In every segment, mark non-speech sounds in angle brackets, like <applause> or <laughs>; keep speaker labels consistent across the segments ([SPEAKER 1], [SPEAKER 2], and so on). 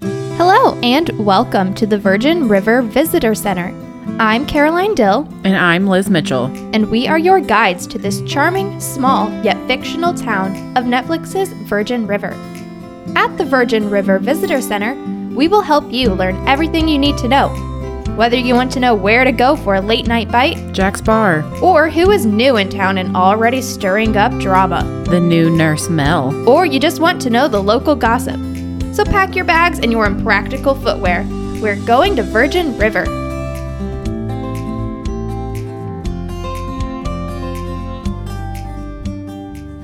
[SPEAKER 1] Hello, and welcome to the Virgin River Visitor Center. I'm Caroline Dill,
[SPEAKER 2] And I'm Liz Mitchell.
[SPEAKER 1] and we are your guides to this charming, small, yet fictional town of Netflix's Virgin River. At the Virgin River Visitor Center, we will help you learn everything you need to know. Whether you want to know where to go for a late night bite,
[SPEAKER 2] Jack's Bar,
[SPEAKER 1] or who is new in town and already stirring up drama,
[SPEAKER 2] the new nurse Mel.
[SPEAKER 1] or you just want to know the local gossip. So pack your bags and your impractical footwear. We're going to Virgin River.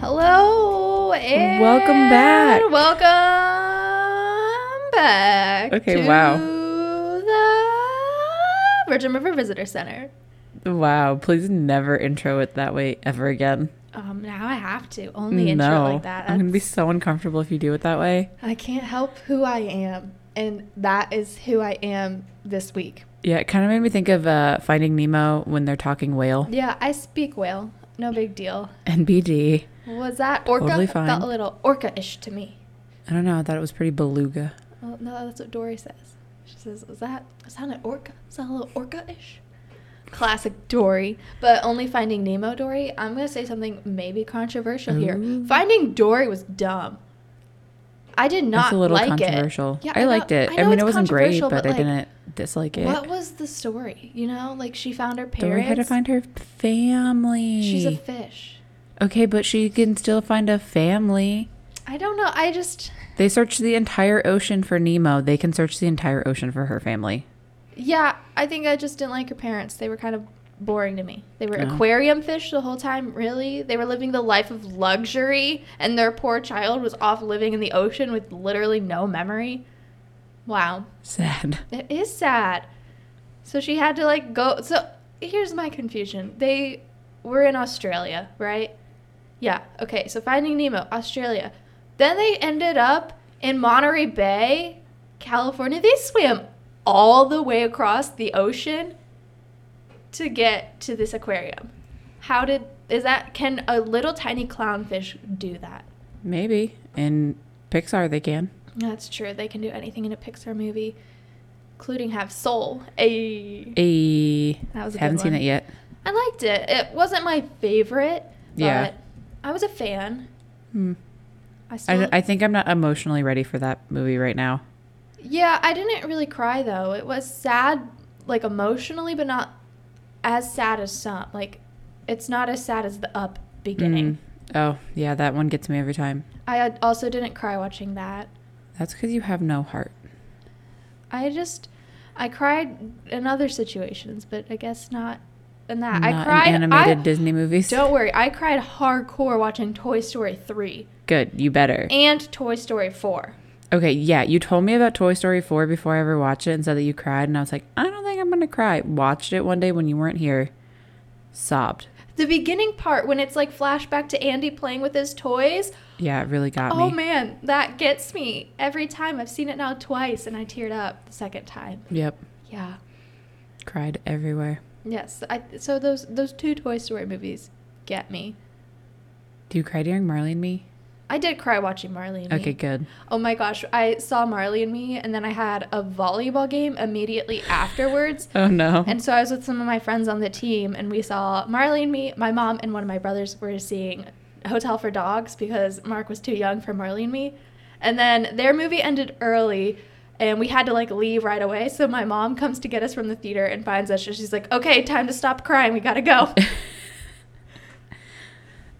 [SPEAKER 1] Hello. And
[SPEAKER 2] Welcome back.
[SPEAKER 1] Welcome back.
[SPEAKER 2] Okay,
[SPEAKER 1] to
[SPEAKER 2] wow.
[SPEAKER 1] The Virgin River Visitor Center.
[SPEAKER 2] Wow, please never intro it that way ever again.
[SPEAKER 1] Um, now I have to only intro like that.
[SPEAKER 2] I'm going to be
[SPEAKER 1] That's-
[SPEAKER 2] so uncomfortable if you do it that way.
[SPEAKER 1] I can't help who I am. And that is who I am this week.
[SPEAKER 2] Yeah, it kind of made me think of uh, Finding Nemo when they're talking whale.
[SPEAKER 1] Yeah, I speak whale. No big deal.
[SPEAKER 2] NBD.
[SPEAKER 1] Was that orca?
[SPEAKER 2] Totally
[SPEAKER 1] It Felt
[SPEAKER 2] fine.
[SPEAKER 1] a little orca ish to me.
[SPEAKER 2] I don't know. I thought it was pretty beluga.
[SPEAKER 1] Well, no, that's what Dory says. She says, Was that, was that an orca? Is that a little orca ish? Classic Dory, but only Finding Nemo Dory. I'm going to say something maybe controversial here.
[SPEAKER 2] Ooh.
[SPEAKER 1] Finding Dory was dumb. I did not
[SPEAKER 2] it's a little
[SPEAKER 1] like
[SPEAKER 2] controversial.
[SPEAKER 1] it. Yeah,
[SPEAKER 2] I,
[SPEAKER 1] know-
[SPEAKER 2] liked it. I,
[SPEAKER 1] know
[SPEAKER 2] mean,
[SPEAKER 1] it's
[SPEAKER 2] it wasn't great,
[SPEAKER 1] controversial,
[SPEAKER 2] but, I
[SPEAKER 1] like,
[SPEAKER 2] didn't dislike it.
[SPEAKER 1] What was the story? You know, like she found her parents.
[SPEAKER 2] Dory had to find her family.
[SPEAKER 1] She's a fish.
[SPEAKER 2] okay, but she can still find a family.
[SPEAKER 1] I don't know. I just
[SPEAKER 2] They searched the entire ocean for Nemo. They can search the entire ocean for her family.
[SPEAKER 1] yeah, I think I just didn't like her parents. They were kind of boring to me. They were
[SPEAKER 2] Oh.
[SPEAKER 1] aquarium fish the whole time, really. They were living the life of luxury and their poor child was off living in the ocean with literally no memory. Wow.
[SPEAKER 2] Sad.
[SPEAKER 1] It is sad. So she had to like go. So here's my confusion. They were in Australia, right? Yeah. Okay. So Finding Nemo, Australia. Then they ended up in Monterey Bay, California. They swam all the way across the ocean to get to this aquarium. How did is that? Can a little tiny clownfish do that?
[SPEAKER 2] Maybe. In Pixar, they can.
[SPEAKER 1] That's true. They can do anything in a Pixar movie, including have soul. A
[SPEAKER 2] A.
[SPEAKER 1] That was a good
[SPEAKER 2] Haven't seen
[SPEAKER 1] one.
[SPEAKER 2] it yet.
[SPEAKER 1] I liked it. It wasn't my favorite, but
[SPEAKER 2] Yeah.
[SPEAKER 1] I was a fan.
[SPEAKER 2] Hmm.
[SPEAKER 1] I still,
[SPEAKER 2] I, I think I'm not emotionally ready for that movie right now.
[SPEAKER 1] yeah, I didn't really cry though. It was sad, like emotionally, but not as sad as some. Like, it's not as sad as the Up beginning.
[SPEAKER 2] Mm. Oh, yeah, that one gets me every time.
[SPEAKER 1] I had- also didn't cry watching that.
[SPEAKER 2] That's because you have no heart.
[SPEAKER 1] I just, I cried in other situations, but I guess not in that. I
[SPEAKER 2] Not
[SPEAKER 1] cried.
[SPEAKER 2] in animated
[SPEAKER 1] I,
[SPEAKER 2] Disney movies.
[SPEAKER 1] don't worry, I cried hardcore watching Toy Story three
[SPEAKER 2] Good, you better.
[SPEAKER 1] and Toy Story four.
[SPEAKER 2] Okay, yeah, you told me about Toy Story 4 before I ever watched it and said that you cried, and I was like, I don't think I'm gonna cry. Watched it one day when you weren't here, sobbed.
[SPEAKER 1] The beginning part when it's like flashback to Andy playing with his toys.
[SPEAKER 2] Yeah, it really got
[SPEAKER 1] Oh
[SPEAKER 2] me.
[SPEAKER 1] man, that gets me every time. I've seen it now twice and I teared up the second time.
[SPEAKER 2] Yep,
[SPEAKER 1] Yeah.
[SPEAKER 2] cried everywhere.
[SPEAKER 1] Yes. I, so those those two Toy Story movies get me.
[SPEAKER 2] Do you cry during Marley and Me?
[SPEAKER 1] I did cry watching Marley and
[SPEAKER 2] Okay,
[SPEAKER 1] Me.
[SPEAKER 2] good.
[SPEAKER 1] Oh my gosh, I saw Marley and Me and then I had a volleyball game immediately afterwards.
[SPEAKER 2] Oh no.
[SPEAKER 1] And so I was with some of my friends on the team, and we saw Marley and me, my mom, and one of my brothers were seeing Hotel for Dogs because Mark was too young for Marley and me. And then their movie ended early, and we had to like leave right away. So my mom comes to get us from the theater and finds us. and She's like, okay, time to stop crying. We gotta go.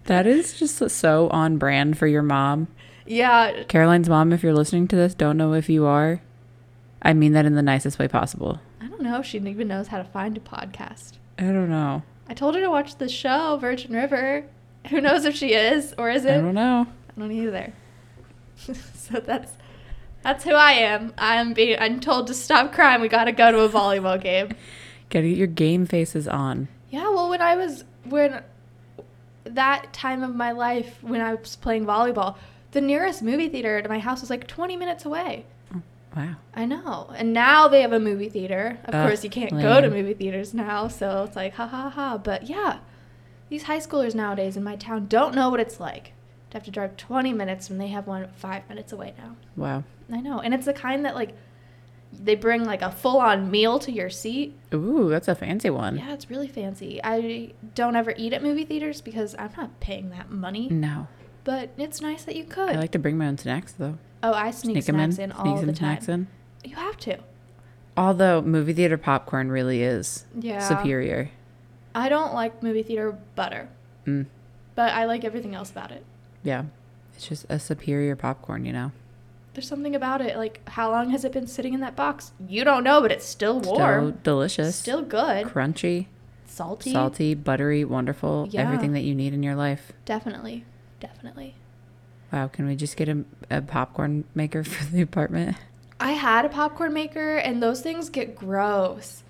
[SPEAKER 2] that is just so on brand for your mom.
[SPEAKER 1] yeah.
[SPEAKER 2] Caroline's mom, if you're listening to this, don't know if you are. I mean that in the nicest way possible.
[SPEAKER 1] I don't know if she even knows how to find a podcast.
[SPEAKER 2] I don't know.
[SPEAKER 1] I told her to watch the show, Virgin River. Who knows if she is or
[SPEAKER 2] I
[SPEAKER 1] isn't?
[SPEAKER 2] don't know.
[SPEAKER 1] I don't either. <laughs> so that's that's who I am. I'm being I'm told to stop crying. We gotta go to a volleyball game.
[SPEAKER 2] Gotta get your game faces on.
[SPEAKER 1] <laughs> Yeah, well when I was when that time of my life when I was playing volleyball, the nearest movie theater to my house was like twenty minutes away.
[SPEAKER 2] Wow.
[SPEAKER 1] I know. And now they have a movie theater. Of
[SPEAKER 2] Ugh,
[SPEAKER 1] course you can't go to
[SPEAKER 2] lame.
[SPEAKER 1] movie theaters now, so it's like ha ha ha. But yeah. These high schoolers nowadays in my town don't know what it's like to have to drive 20 minutes when they have one five minutes away now.
[SPEAKER 2] Wow.
[SPEAKER 1] I know. And it's the kind that like they bring like a full on meal to your seat.
[SPEAKER 2] Ooh, that's a fancy one.
[SPEAKER 1] Yeah, it's really fancy. I don't ever eat at movie theaters because I'm not paying that money.
[SPEAKER 2] No.
[SPEAKER 1] But it's nice that you
[SPEAKER 2] Mm. I
[SPEAKER 1] could.
[SPEAKER 2] like to bring my own snacks though.
[SPEAKER 1] oh, I sneak,
[SPEAKER 2] 'em
[SPEAKER 1] snacks in, all
[SPEAKER 2] sneak
[SPEAKER 1] the time.
[SPEAKER 2] some snacks in.
[SPEAKER 1] You have to.
[SPEAKER 2] Although movie theater popcorn really is
[SPEAKER 1] Yeah.
[SPEAKER 2] superior.
[SPEAKER 1] I don't like movie theater butter,
[SPEAKER 2] Mm,
[SPEAKER 1] but I like everything else about it.
[SPEAKER 2] yeah. It's just a superior popcorn, you know.
[SPEAKER 1] There's something about it. Like, how long has it been sitting in that box? You don't know, but it's still warm.
[SPEAKER 2] Still delicious.
[SPEAKER 1] Still good.
[SPEAKER 2] crunchy,
[SPEAKER 1] Salty.
[SPEAKER 2] salty, buttery, wonderful.
[SPEAKER 1] Yeah.
[SPEAKER 2] Everything that you need in your life.
[SPEAKER 1] Definitely. Definitely.
[SPEAKER 2] Wow, can we just get a, a popcorn maker <laughs> for the apartment?
[SPEAKER 1] I had a popcorn maker, and those things get gross.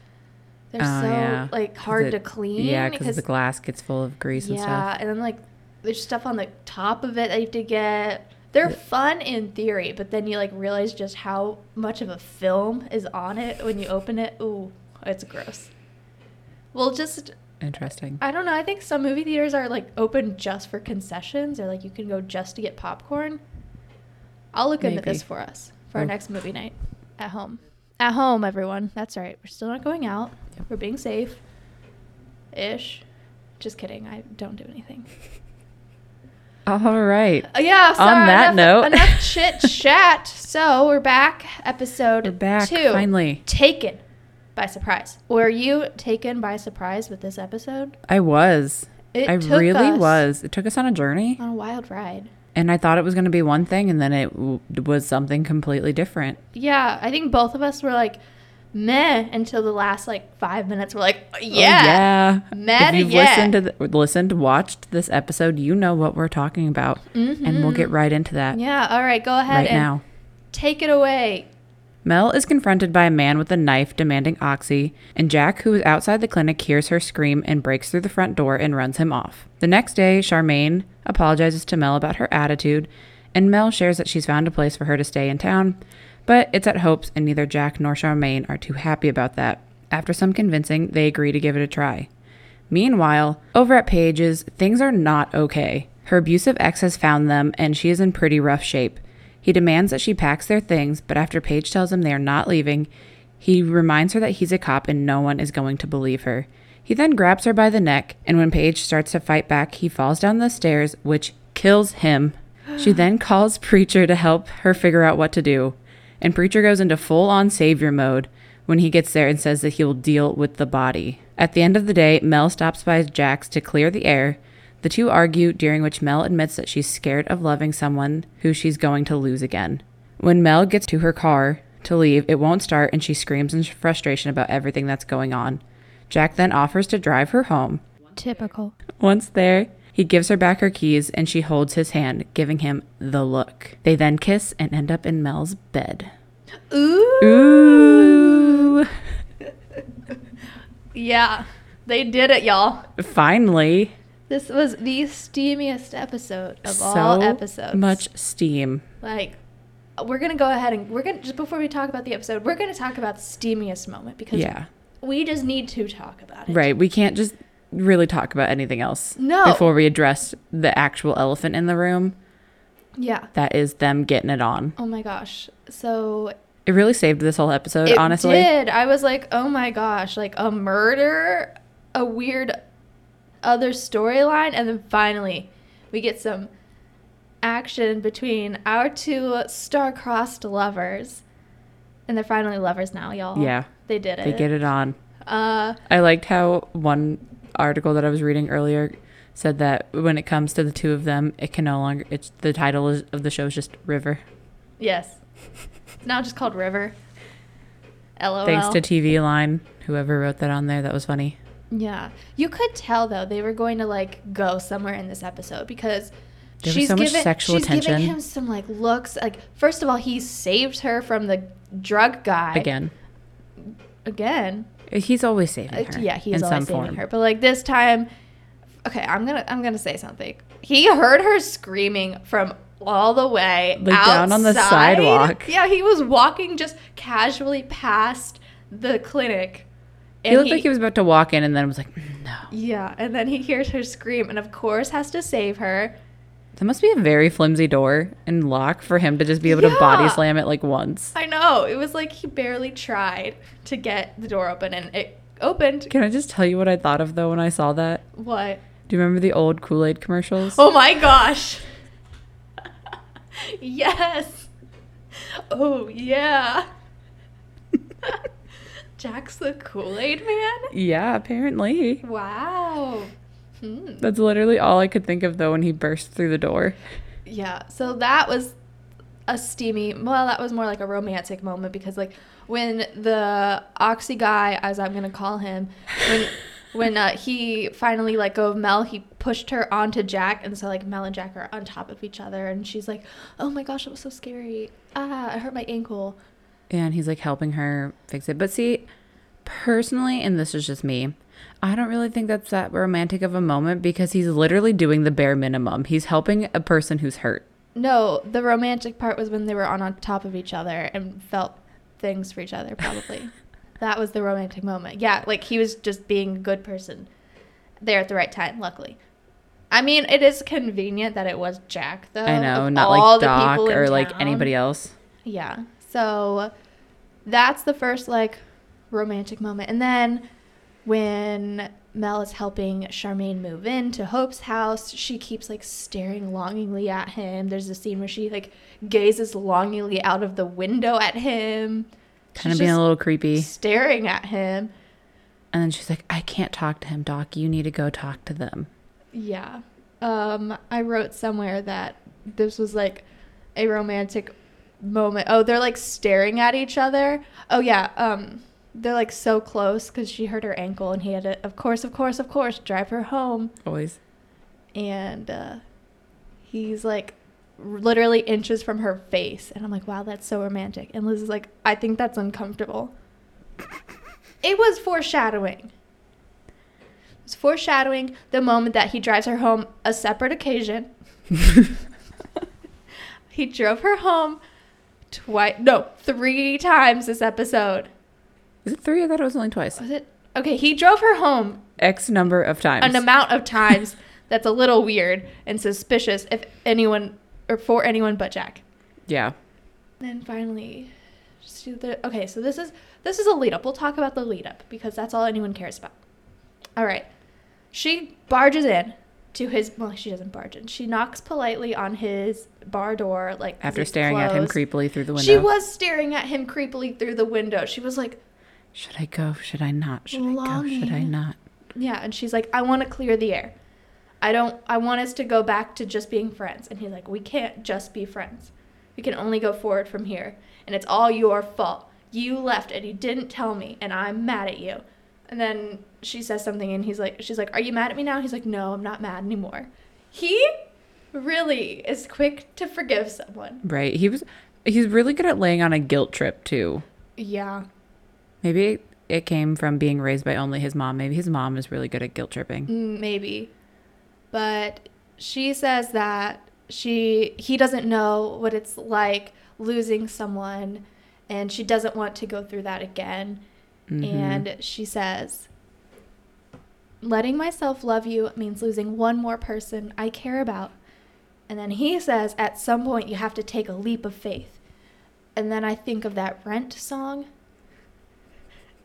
[SPEAKER 1] They're
[SPEAKER 2] Oh,
[SPEAKER 1] so
[SPEAKER 2] yeah.
[SPEAKER 1] like
[SPEAKER 2] 'Cause
[SPEAKER 1] hard
[SPEAKER 2] it-
[SPEAKER 1] to clean.
[SPEAKER 2] Yeah, because the glass gets full of grease and
[SPEAKER 1] yeah,
[SPEAKER 2] stuff.
[SPEAKER 1] and then like there's stuff on the top of it that you have to get. They're
[SPEAKER 2] Yeah.
[SPEAKER 1] fun in theory, but then you like realize just how much of a film is on it when you open it. Ooh, it's gross. Well, just
[SPEAKER 2] Interesting.
[SPEAKER 1] I don't know. I think some movie theaters are like open just for concessions, or like you can go just to get popcorn. I'll look into
[SPEAKER 2] Maybe.
[SPEAKER 1] this for us for our
[SPEAKER 2] Oh.
[SPEAKER 1] next movie night at home. At home, everyone. That's right. We're still not going out.
[SPEAKER 2] Yep.
[SPEAKER 1] We're being safe. Ish. Just kidding. I don't do anything.
[SPEAKER 2] All right.
[SPEAKER 1] Uh, yeah. So
[SPEAKER 2] On that
[SPEAKER 1] enough-
[SPEAKER 2] note. <laughs>
[SPEAKER 1] enough chit chat. So we're back. Episode
[SPEAKER 2] We're back
[SPEAKER 1] two.
[SPEAKER 2] finally.
[SPEAKER 1] Taken by surprise. Were you taken by surprise with this episode?
[SPEAKER 2] I was.
[SPEAKER 1] It
[SPEAKER 2] I
[SPEAKER 1] took
[SPEAKER 2] really
[SPEAKER 1] us Oh.
[SPEAKER 2] was. It took us on a journey,
[SPEAKER 1] on a wild ride.
[SPEAKER 2] and I thought it was going to be one thing, and then it w- was something completely different.
[SPEAKER 1] Yeah, I think both of us were like meh until the last like five minutes. We're like,
[SPEAKER 2] Oh,
[SPEAKER 1] yeah,
[SPEAKER 2] yeah.
[SPEAKER 1] Mad
[SPEAKER 2] if you've
[SPEAKER 1] yeah.
[SPEAKER 2] listened to the, listened, watched this episode, you know what we're talking about, and we'll get right into that
[SPEAKER 1] Mm-hmm. yeah. All right, go ahead
[SPEAKER 2] right
[SPEAKER 1] and
[SPEAKER 2] now.
[SPEAKER 1] take it away.
[SPEAKER 2] Mel is confronted by a man with a knife demanding oxy, and Jack, who is outside the clinic, hears her scream and breaks through the front door and runs him off. The next day, Charmaine apologizes to Mel about her attitude, and Mel shares that she's found a place for her to stay in town, but it's at Hope's, and neither Jack nor Charmaine are too happy about that. After some convincing, they agree to give it a try. Meanwhile, over at Paige's, things are not okay. Her abusive ex has found them, and she is in pretty rough shape. He demands that she packs their things, but after Paige tells him they are not leaving, he reminds her that he's a cop and no one is going to believe her. He then grabs her by the neck, and when Paige starts to fight back, he falls down the stairs, which kills him. She then calls Preacher to help her figure out what to do, and Preacher goes into full on savior mode when he gets there and says that he will deal with the body. At the end of the day, Mel stops by Jack's to clear the air. The two argue, during which Mel admits that she's scared of loving someone who she's going to lose again. When Mel gets to her car to leave, it won't start and she screams in frustration about everything that's going on. Jack then offers to drive her home.
[SPEAKER 1] Typical.
[SPEAKER 2] Once there, he gives her back her keys and she holds his hand, giving him the look. They then kiss and end up in Mel's bed.
[SPEAKER 1] Ooh,
[SPEAKER 2] Ooh!
[SPEAKER 1] yeah, they did it, y'all.
[SPEAKER 2] Finally,
[SPEAKER 1] This was the steamiest episode of
[SPEAKER 2] so
[SPEAKER 1] all episodes.
[SPEAKER 2] much steam.
[SPEAKER 1] like. We're gonna go ahead and we're gonna just before we talk about the episode, we're gonna talk about the steamiest moment because
[SPEAKER 2] Yeah,
[SPEAKER 1] we just need to talk about it.
[SPEAKER 2] right. We can't just really talk about anything else
[SPEAKER 1] No.
[SPEAKER 2] before we address the actual elephant in the room.
[SPEAKER 1] Yeah.
[SPEAKER 2] That is them getting it on.
[SPEAKER 1] Oh my gosh. So
[SPEAKER 2] It really saved this whole episode,
[SPEAKER 1] It
[SPEAKER 2] honestly.
[SPEAKER 1] did. I was like, oh my gosh, like a murder, a weird other storyline, and then finally we get some action between our two star-crossed lovers, and they're finally lovers now, y'all.
[SPEAKER 2] Yeah,
[SPEAKER 1] they did it.
[SPEAKER 2] they get it on.
[SPEAKER 1] Uh,
[SPEAKER 2] I liked how one article that I was reading earlier said that when it comes to the two of them, it can no longer. It's the title is, of the show is just River,
[SPEAKER 1] yes. It's now just called River. LOL.
[SPEAKER 2] thanks to TV Line. Whoever wrote that on there, that was funny.
[SPEAKER 1] Yeah. You could tell though they were going to like go somewhere in this episode because
[SPEAKER 2] There was
[SPEAKER 1] she's
[SPEAKER 2] so much
[SPEAKER 1] given-
[SPEAKER 2] sexual
[SPEAKER 1] she's giving
[SPEAKER 2] tension.
[SPEAKER 1] him some like looks. Like first of all, he saved her from the drug guy
[SPEAKER 2] Again,
[SPEAKER 1] Again.
[SPEAKER 2] he's always saving
[SPEAKER 1] Uh,
[SPEAKER 2] her.
[SPEAKER 1] yeah, he's
[SPEAKER 2] in
[SPEAKER 1] always
[SPEAKER 2] some
[SPEAKER 1] saving
[SPEAKER 2] form.
[SPEAKER 1] her. But like this time, okay, I'm gonna I'm gonna say something. He heard her screaming from all the way
[SPEAKER 2] Like, down on the
[SPEAKER 1] outside.
[SPEAKER 2] sidewalk.
[SPEAKER 1] Yeah, he was walking just casually past the clinic.
[SPEAKER 2] He looked like he was about to walk in, and then was like, "Mm, "No."
[SPEAKER 1] Yeah, and then he hears her scream and of course has to save her.
[SPEAKER 2] That must be a very flimsy door and lock for him to just be able to body
[SPEAKER 1] Yeah.
[SPEAKER 2] slam it like once.
[SPEAKER 1] I know. It was like he barely tried to get the door open and it opened.
[SPEAKER 2] Can I just tell you what I thought of though when I saw that?
[SPEAKER 1] What?
[SPEAKER 2] Do you remember the old Kool Aid commercials?
[SPEAKER 1] Oh my gosh. <laughs> yes. Oh yeah. <laughs> Jack's the Kool-Aid man?
[SPEAKER 2] Yeah, apparently.
[SPEAKER 1] Wow. Hmm.
[SPEAKER 2] That's literally all I could think of though when he burst through the door.
[SPEAKER 1] Yeah. So that was a steamy. Well, that was more like a romantic moment because like when the oxy guy, as I'm gonna call him, when when uh, he finally let go of Mel, he pushed her onto Jack, and so like Mel and Jack are on top of each other, and she's like, "Oh my gosh, it was so scary. Ah, I hurt my ankle."
[SPEAKER 2] and he's like helping her fix it. But see, personally, and this is just me, I don't really think that's that romantic of a moment because he's literally doing the bare minimum. He's helping a person who's hurt.
[SPEAKER 1] No, the romantic part was when they were on, on top of each other and felt things for each other,
[SPEAKER 2] <laughs>
[SPEAKER 1] probably. that was the romantic moment. Yeah, like he was just being a good person there at the right time, luckily. I mean, it is convenient that it was Jack, though.
[SPEAKER 2] I know,
[SPEAKER 1] of
[SPEAKER 2] not
[SPEAKER 1] all
[SPEAKER 2] like
[SPEAKER 1] the
[SPEAKER 2] Doc
[SPEAKER 1] people in
[SPEAKER 2] or like
[SPEAKER 1] town.
[SPEAKER 2] anybody else.
[SPEAKER 1] Yeah. So that's the first like romantic moment. And then when Mel is helping Charmaine move into Hope's house, she keeps like staring longingly at him. There's a scene where she like gazes longingly out of the window at him.
[SPEAKER 2] Kind of
[SPEAKER 1] She's
[SPEAKER 2] being a
[SPEAKER 1] just
[SPEAKER 2] little creepy.
[SPEAKER 1] staring at him.
[SPEAKER 2] And then she's like, I can't talk to him, Doc. You need to go talk to them.
[SPEAKER 1] Yeah. Um, I wrote somewhere that this was like a romantic moment. Oh, they're like staring at each other. Oh yeah. Um, they're like so close because she hurt her ankle and he had to, of course, of course, of course, drive her home.
[SPEAKER 2] Always.
[SPEAKER 1] And uh, he's like literally inches from her face, and I'm like, wow, that's so romantic. And Liz is like, I think that's uncomfortable. it was foreshadowing. It was foreshadowing the moment that he drives her home a separate occasion. he drove her home twice, no, three times this episode.
[SPEAKER 2] Is it three? I thought it was only twice.
[SPEAKER 1] Was it? Okay, he drove her home
[SPEAKER 2] X number of times.
[SPEAKER 1] an amount
[SPEAKER 2] <laughs>
[SPEAKER 1] of times that's a little weird and suspicious if anyone or for anyone but Jack.
[SPEAKER 2] yeah.
[SPEAKER 1] Then finally, just do the okay. So this is this is a lead up. We'll talk about the lead up because that's all anyone cares about. All right, she barges in to his. Well, she doesn't barge in. She knocks politely on his bar door, like as
[SPEAKER 2] After
[SPEAKER 1] it's
[SPEAKER 2] staring at him
[SPEAKER 1] closed.
[SPEAKER 2] creepily through the window.
[SPEAKER 1] She was staring at him creepily through the window. She was like,
[SPEAKER 2] Should I go? Should I not? Should I go? Should I
[SPEAKER 1] Longing.
[SPEAKER 2] not?
[SPEAKER 1] Yeah, and she's like, I want to clear the air. I don't. I want us to go back to just being friends. And he's like, We can't just be friends. We can only go forward from here. And it's all your fault. You left and you didn't tell me, and I'm mad at you. And then she says something, and he's like, She's like, Are you mad at me now? He's like, No, I'm not mad anymore. He really is quick to forgive someone.
[SPEAKER 2] Right. He was he's really good at laying on a guilt trip too.
[SPEAKER 1] Yeah.
[SPEAKER 2] Maybe it, it came from being raised by only his mom. Maybe his mom is really good at guilt tripping.
[SPEAKER 1] Mm, maybe but she says that she he doesn't know what it's like losing someone and she doesn't want to go through that again
[SPEAKER 2] Mm-hmm.
[SPEAKER 1] and she says letting myself love you means losing one more person i care about and then he says at some point you have to take a leap of faith and then i think of that rent song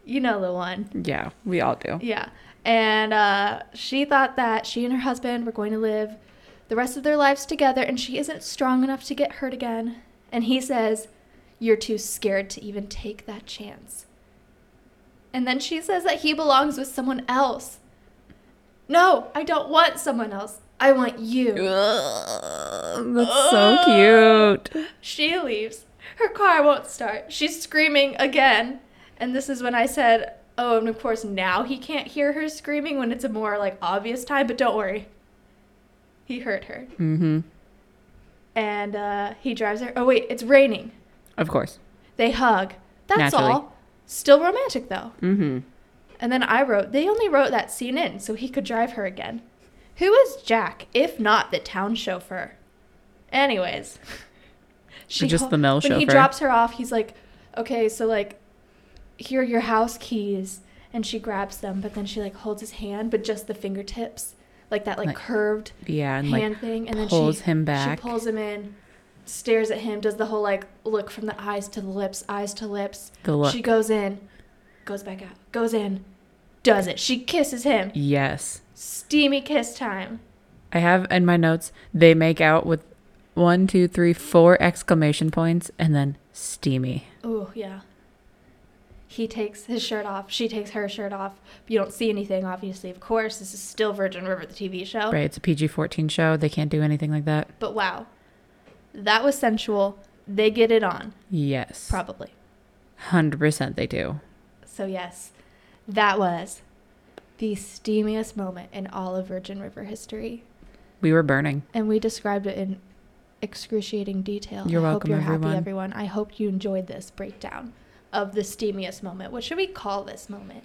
[SPEAKER 1] you know the one
[SPEAKER 2] Yeah, we all do.
[SPEAKER 1] yeah. And uh, she thought that she and her husband were going to live the rest of their lives together, and she isn't strong enough to get hurt again. And he says, You're too scared to even take that chance. And then she says that he belongs with someone else. No, I don't want someone else. I want you.
[SPEAKER 2] That's so cute.
[SPEAKER 1] She leaves. Her car won't start. She's screaming again. And this is when I said, Oh, and of course now he can't hear her screaming when it's a more like obvious time, but don't worry. He heard her.
[SPEAKER 2] Mhm.
[SPEAKER 1] And uh, he drives her. Oh, wait, it's raining.
[SPEAKER 2] Of course.
[SPEAKER 1] They hug. That's
[SPEAKER 2] Naturally.
[SPEAKER 1] all. Still romantic though.
[SPEAKER 2] Mhm.
[SPEAKER 1] And then I wrote, they only wrote that scene in so he could drive her again. Who is Jack, if not the town chauffeur?
[SPEAKER 2] <laughs>
[SPEAKER 1] Anyways,
[SPEAKER 2] just
[SPEAKER 1] hol-
[SPEAKER 2] the male
[SPEAKER 1] when he
[SPEAKER 2] chauffeur.
[SPEAKER 1] drops her off, he's like, okay, so like, here are your house keys, and she grabs them, but then she like holds his hand, but just the fingertips, like that like,
[SPEAKER 2] Like,
[SPEAKER 1] curved
[SPEAKER 2] Yeah, and
[SPEAKER 1] hand
[SPEAKER 2] like
[SPEAKER 1] thing, and then
[SPEAKER 2] pulls
[SPEAKER 1] she
[SPEAKER 2] him back.
[SPEAKER 1] she pulls him in, stares at him, does the whole like look from the eyes to the lips, eyes to lips.
[SPEAKER 2] the look.
[SPEAKER 1] She goes in, goes back out, goes in, does it. She kisses him.
[SPEAKER 2] yes.
[SPEAKER 1] Steamy kiss time.
[SPEAKER 2] I have in my notes, they make out with one, two, three, four exclamation points and then steamy.
[SPEAKER 1] Ooh, yeah. He takes his shirt off. She takes her shirt off. You don't see anything, obviously, of course. This is still Virgin River, the TV show.
[SPEAKER 2] Right. It's a PG 14 show. They can't do anything like that.
[SPEAKER 1] But wow, that was sensual. They get it on,
[SPEAKER 2] Yes.
[SPEAKER 1] probably.
[SPEAKER 2] 100% they do.
[SPEAKER 1] So, yes, that was the steamiest moment in all of Virgin River history.
[SPEAKER 2] We were burning.
[SPEAKER 1] And we described it in excruciating detail.
[SPEAKER 2] You're
[SPEAKER 1] I
[SPEAKER 2] welcome,
[SPEAKER 1] hope you're
[SPEAKER 2] everyone.
[SPEAKER 1] happy, everyone. I hope you enjoyed this breakdown of the steamiest moment. What should we call this moment?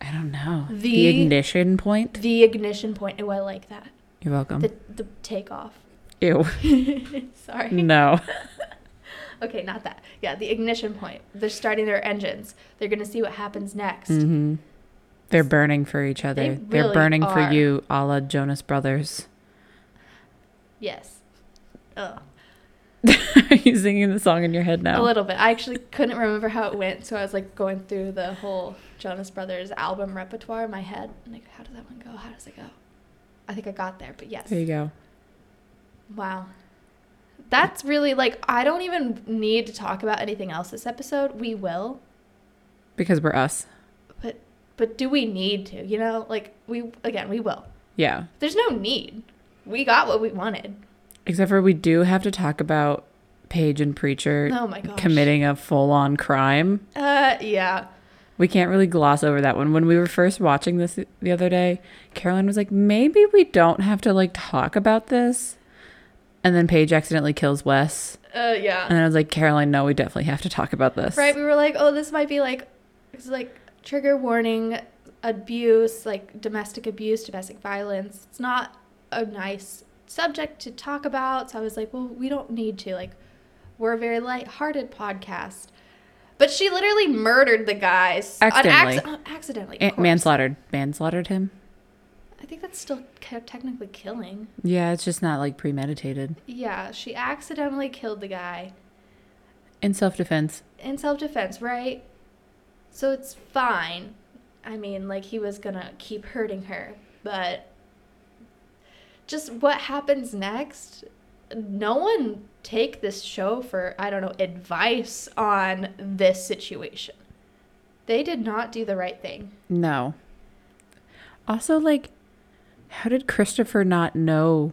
[SPEAKER 2] I don't know. The,
[SPEAKER 1] The-
[SPEAKER 2] ignition point.
[SPEAKER 1] The ignition point. Oh, I like that.
[SPEAKER 2] You're welcome.
[SPEAKER 1] The, the takeoff. <laughs>
[SPEAKER 2] Ew. <laughs>
[SPEAKER 1] Sorry.
[SPEAKER 2] no.
[SPEAKER 1] Okay, not that. Yeah, the ignition point. They're starting their engines. They're going to see what happens next.
[SPEAKER 2] hmm They're burning for each other.
[SPEAKER 1] They
[SPEAKER 2] They are
[SPEAKER 1] really
[SPEAKER 2] burning for
[SPEAKER 1] are.
[SPEAKER 2] you, a la Jonas Brothers. <laughs>
[SPEAKER 1] Yes. Ugh.
[SPEAKER 2] Are you singing the song in your head now?
[SPEAKER 1] A little bit. I actually couldn't remember how it went, so I was like going through the whole Jonas Brothers album repertoire in my head. And like, how does that one go? How does it go? I think I got there, but yes.
[SPEAKER 2] There you go.
[SPEAKER 1] Wow. That's really like, I don't even need to talk about anything else this episode. We will,
[SPEAKER 2] Because we're us.
[SPEAKER 1] but but do we need to? You know, like we again, we will.
[SPEAKER 2] Yeah.
[SPEAKER 1] There's no need. We got what we wanted.
[SPEAKER 2] Except for we do have to talk about Paige and Preacher
[SPEAKER 1] Oh my gosh.
[SPEAKER 2] committing a full on crime.
[SPEAKER 1] Uh, yeah.
[SPEAKER 2] We can't really gloss over that one. When we were first watching this the other day, Carolyn was like, maybe we don't have to like talk about this. And then Paige accidentally kills Wes.
[SPEAKER 1] Uh, yeah.
[SPEAKER 2] And then I was like, Caroline, no, we definitely have to talk about this.
[SPEAKER 1] Right? We were like, oh, this might be like, it's like trigger warning, abuse, like domestic abuse, domestic violence. It's not a nice subject to talk about. So I was like, well, we don't need to. Like, we're a very light-hearted podcast. But she literally murdered the guys on acc-
[SPEAKER 2] Accidentally.
[SPEAKER 1] on accidentally. of
[SPEAKER 2] Eh,
[SPEAKER 1] course.
[SPEAKER 2] manslaughtered. Manslaughtered him?
[SPEAKER 1] I think that's still kind of technically killing.
[SPEAKER 2] Yeah, it's just not like premeditated.
[SPEAKER 1] Yeah, she accidentally killed the guy.
[SPEAKER 2] In self defense.
[SPEAKER 1] in self defense, right? So it's fine. I mean, like he was gonna keep hurting her, but just what happens next? No one take this show for I don't know advice on this situation. They did not do the right thing.
[SPEAKER 2] No. Also, like, how did Christopher not know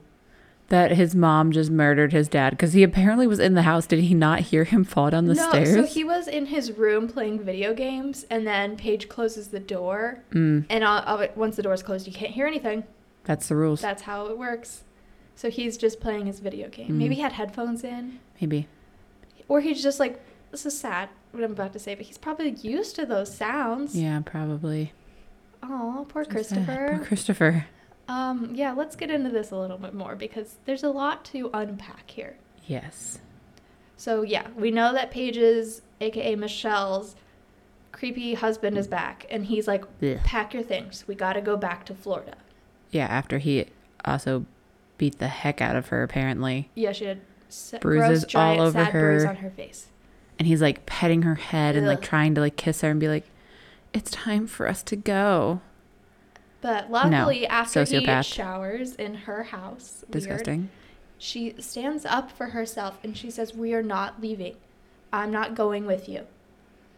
[SPEAKER 2] that his mom just murdered his dad? Because he apparently was in the house. Did he not hear him fall down the
[SPEAKER 1] no,
[SPEAKER 2] stairs?
[SPEAKER 1] so he was in his room playing video games, and then Paige closes the door,
[SPEAKER 2] Mm,
[SPEAKER 1] and all, all, once the door's closed, you can't hear anything.
[SPEAKER 2] that's Mm. the rules.
[SPEAKER 1] That's how it works. So he's just playing his video game. Maybe he had headphones in,
[SPEAKER 2] Maybe.
[SPEAKER 1] or he's just like, this is sad what I'm about to say, but he's probably used to those sounds.
[SPEAKER 2] Yeah, probably.
[SPEAKER 1] Oh, poor
[SPEAKER 2] Poor
[SPEAKER 1] Christopher.
[SPEAKER 2] Christopher.
[SPEAKER 1] Um, yeah, let's get into this a little bit more because there's a lot to unpack here.
[SPEAKER 2] Yes.
[SPEAKER 1] So yeah, we know that Paige's, aka Michelle's, creepy husband is back, and he's like,
[SPEAKER 2] Blech.
[SPEAKER 1] pack your things. We gotta go back to Florida.
[SPEAKER 2] Yeah, after he also beat the heck out of her, apparently.
[SPEAKER 1] Yeah, she had sa-
[SPEAKER 2] Bruises
[SPEAKER 1] gross, giant,
[SPEAKER 2] all over
[SPEAKER 1] sad bruise
[SPEAKER 2] her.
[SPEAKER 1] on her face.
[SPEAKER 2] and he's like petting her head and like
[SPEAKER 1] Ugh.
[SPEAKER 2] trying to like kiss her and be like it's time for us to go
[SPEAKER 1] But luckily, after
[SPEAKER 2] sociopath.
[SPEAKER 1] he showers in her house, weird,
[SPEAKER 2] disgusting
[SPEAKER 1] she stands up for herself and she says, "We are not leaving. I'm not going with you."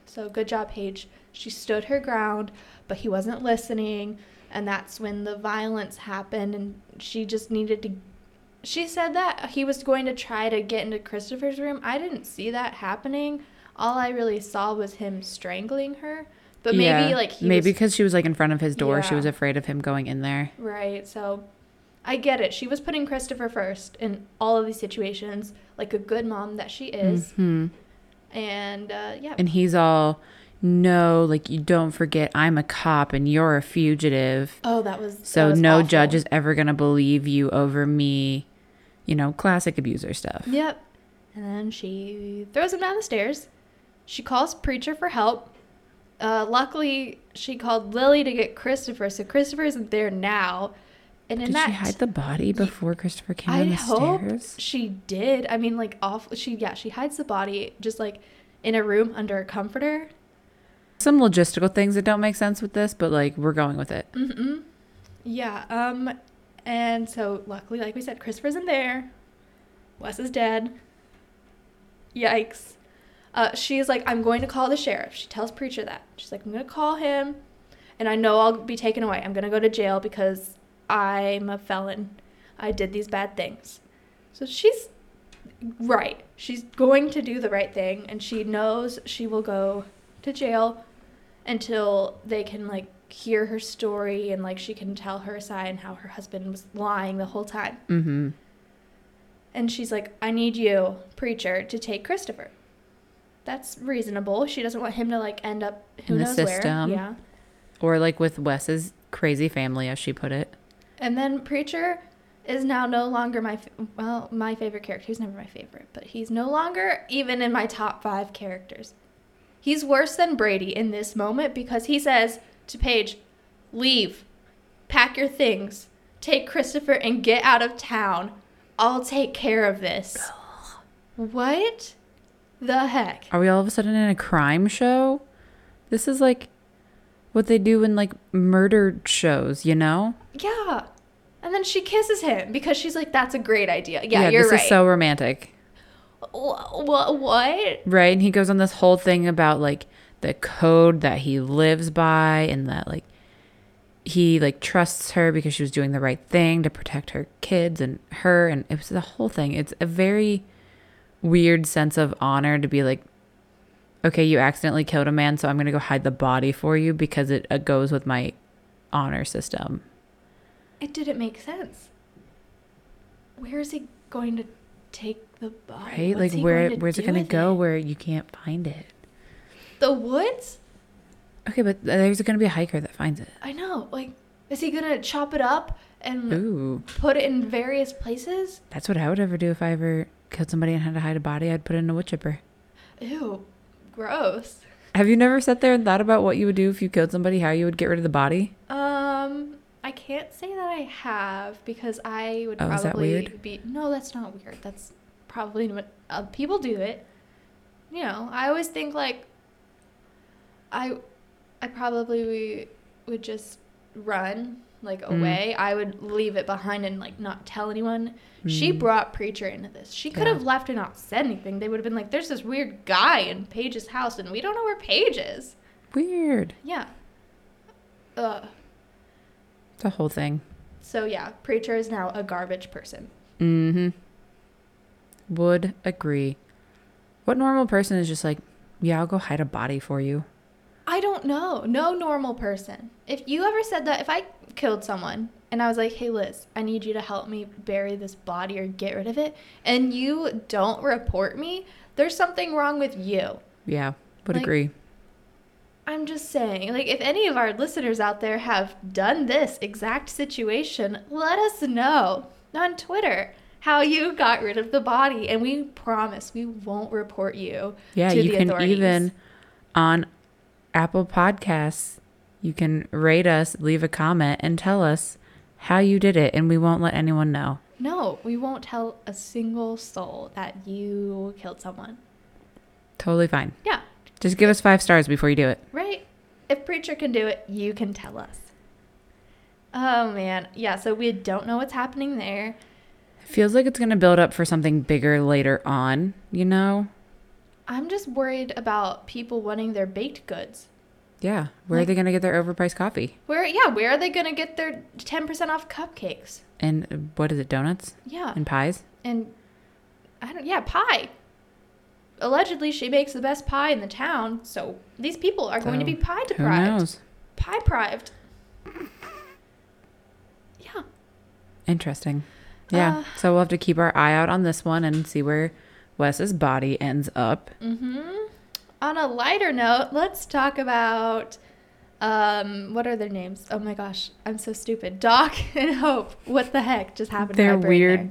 [SPEAKER 1] So good job, Paige. She stood her ground, but he wasn't listening, and that's when the violence happened. And she just needed to. She said that he was going to try to get into Christopher's room. I didn't see that happening. All I really saw was him strangling her. But maybe
[SPEAKER 2] Yeah.
[SPEAKER 1] like he was
[SPEAKER 2] maybe because she was like in front of his door she
[SPEAKER 1] Yeah.
[SPEAKER 2] was afraid of him going in there
[SPEAKER 1] Right. So I get it. She was putting Christopher first in all of these situations, like a good mom that she is.
[SPEAKER 2] hmm
[SPEAKER 1] And uh, yeah,
[SPEAKER 2] and he's all no like you don't forget i'm a cop and you're a fugitive
[SPEAKER 1] oh, that was
[SPEAKER 2] so
[SPEAKER 1] that was
[SPEAKER 2] no
[SPEAKER 1] awful.
[SPEAKER 2] judge is ever gonna believe you over me you know classic abuser stuff
[SPEAKER 1] Yep. And then she throws him down the stairs. She calls preacher for help. Uh, luckily, she called Lily to get Christopher, so Christopher isn't there now. And in
[SPEAKER 2] Did
[SPEAKER 1] that
[SPEAKER 2] she hide the body before Christopher came
[SPEAKER 1] I
[SPEAKER 2] down the
[SPEAKER 1] hope
[SPEAKER 2] stairs?
[SPEAKER 1] she did. I mean, like off. She yeah. She hides the body just like in a room under a comforter.
[SPEAKER 2] Some logistical things that don't make sense with this, but like we're going with it.
[SPEAKER 1] Mm-mm. Mm-hmm. Yeah. Um. And so luckily, like we said, Christopher's in there. Wes is dead. Yikes. Uh, she's like, I'm going to call the sheriff. She tells preacher that. She's like, I'm gonna call him, and I know I'll be taken away. I'm gonna go to jail because I'm a felon. I did these bad things. So she's right. She's going to do the right thing, and she knows she will go to jail until they can like hear her story and like she can tell her side and how her husband was lying the whole time.
[SPEAKER 2] Mm-hmm.
[SPEAKER 1] And she's like, I need you, preacher, to take Christopher. That's reasonable. She doesn't want him to like end up who
[SPEAKER 2] In the
[SPEAKER 1] knows
[SPEAKER 2] system.
[SPEAKER 1] where. Yeah.
[SPEAKER 2] Or like with Wes's crazy family, as she put it.
[SPEAKER 1] And then preacher is now no longer my f- well my favorite character. He's never my favorite, but he's no longer even in my top five characters. He's worse than Brady in this moment because he says to Paige, "Leave, pack your things, take Christopher, and get out of town. I'll take care of this." what the heck?
[SPEAKER 2] Are we all of a sudden in a crime show? This is like what they do in like murder shows, you know?
[SPEAKER 1] Yeah. And then she kisses him because she's like, "That's a great idea." Yeah, you're
[SPEAKER 2] this
[SPEAKER 1] right.
[SPEAKER 2] is so romantic.
[SPEAKER 1] what? What?
[SPEAKER 2] Right? And he goes on this whole thing about like the code that he lives by and that like he like trusts her because she was doing the right thing to protect her kids and her and it was the whole thing. It's a very weird sense of honor to be like okay, you accidentally killed a man, so I'm going to go hide the body for you because it uh, goes with my honor system.
[SPEAKER 1] It didn't make sense. Where is he going to take the body?
[SPEAKER 2] Right?
[SPEAKER 1] What's
[SPEAKER 2] like
[SPEAKER 1] he
[SPEAKER 2] where
[SPEAKER 1] going to
[SPEAKER 2] where's it
[SPEAKER 1] do
[SPEAKER 2] going to
[SPEAKER 1] with
[SPEAKER 2] go where you can't find it?
[SPEAKER 1] The woods?
[SPEAKER 2] Okay, but there's going to be a hiker that finds it.
[SPEAKER 1] I know. Like, is he gonna chop it up and
[SPEAKER 2] Ooh.
[SPEAKER 1] put it in various places?
[SPEAKER 2] That's what I would ever do if I ever killed somebody and had to hide a body. I'd put it in a wood chipper.
[SPEAKER 1] Ew, gross.
[SPEAKER 2] Have you never sat there and thought about what you would do if you killed somebody, how you would get rid of the body?
[SPEAKER 1] Um, I can't say that I have because I would
[SPEAKER 2] Oh,
[SPEAKER 1] probably
[SPEAKER 2] is that weird?
[SPEAKER 1] be. No, that's not weird. That's probably what uh, people do it. You know, I always think like. I, I probably we would just run like
[SPEAKER 2] Mm.
[SPEAKER 1] away. I would leave it behind and like not tell anyone. She
[SPEAKER 2] Mm.
[SPEAKER 1] brought preacher into this. She could
[SPEAKER 2] Yeah.
[SPEAKER 1] have left and not said anything. They would have been like, "There's this weird guy in Paige's house, and we don't know where Paige is."
[SPEAKER 2] Weird.
[SPEAKER 1] Yeah. Ugh.
[SPEAKER 2] The whole thing.
[SPEAKER 1] So yeah, Preacher is now a garbage person.
[SPEAKER 2] Mm hmm. Would agree. What normal person is just like, yeah, I'll go hide a body for you?
[SPEAKER 1] I don't know. No normal person. If you ever said that, if I killed someone and I was like, hey, Liz, I need you to help me bury this body or get rid of it, and you don't report me, there's something wrong with you.
[SPEAKER 2] Yeah, would
[SPEAKER 1] Like-
[SPEAKER 2] agree.
[SPEAKER 1] I'm just saying, like, if any of our listeners out there have done this exact situation, let us know on Twitter how you got rid of the body, and we promise we won't report you
[SPEAKER 2] Yeah,
[SPEAKER 1] to
[SPEAKER 2] you
[SPEAKER 1] the
[SPEAKER 2] can
[SPEAKER 1] authorities.
[SPEAKER 2] even on Apple Podcasts, you can rate us, leave a comment, and tell us how you did it, and we won't let anyone know.
[SPEAKER 1] No, we won't tell a single soul that you killed someone.
[SPEAKER 2] Totally fine.
[SPEAKER 1] Yeah,
[SPEAKER 2] Just give us five stars before you do it.
[SPEAKER 1] right? If Preacher can do it, you can tell us. Oh man, yeah, so we don't know what's happening there.
[SPEAKER 2] Feels like it's going to build up for something bigger later on, you know?
[SPEAKER 1] I'm just worried about people wanting their baked goods.
[SPEAKER 2] Yeah. Where are
[SPEAKER 1] Like-
[SPEAKER 2] they going to get their overpriced coffee?
[SPEAKER 1] Where, yeah, where are they gonna get their 10% off cupcakes?
[SPEAKER 2] And uh, what is it, donuts
[SPEAKER 1] Yeah,
[SPEAKER 2] and pies?
[SPEAKER 1] and I don't, yeah, pie. Allegedly, she makes the best pie in the town, so these people are going to
[SPEAKER 2] So,
[SPEAKER 1] be pie
[SPEAKER 2] Who
[SPEAKER 1] deprived.
[SPEAKER 2] knows?
[SPEAKER 1] pie deprived. Yeah.
[SPEAKER 2] Interesting. Yeah.
[SPEAKER 1] Uh,
[SPEAKER 2] so we'll have to keep our eye out on this one and see where Wes's body ends up.
[SPEAKER 1] Mm-hmm. On a lighter note, let's talk about um what are their names? Oh my gosh, I'm so stupid. Doc <laughs> and Hope. What the heck just happened? to
[SPEAKER 2] They're
[SPEAKER 1] my brain
[SPEAKER 2] weird
[SPEAKER 1] there?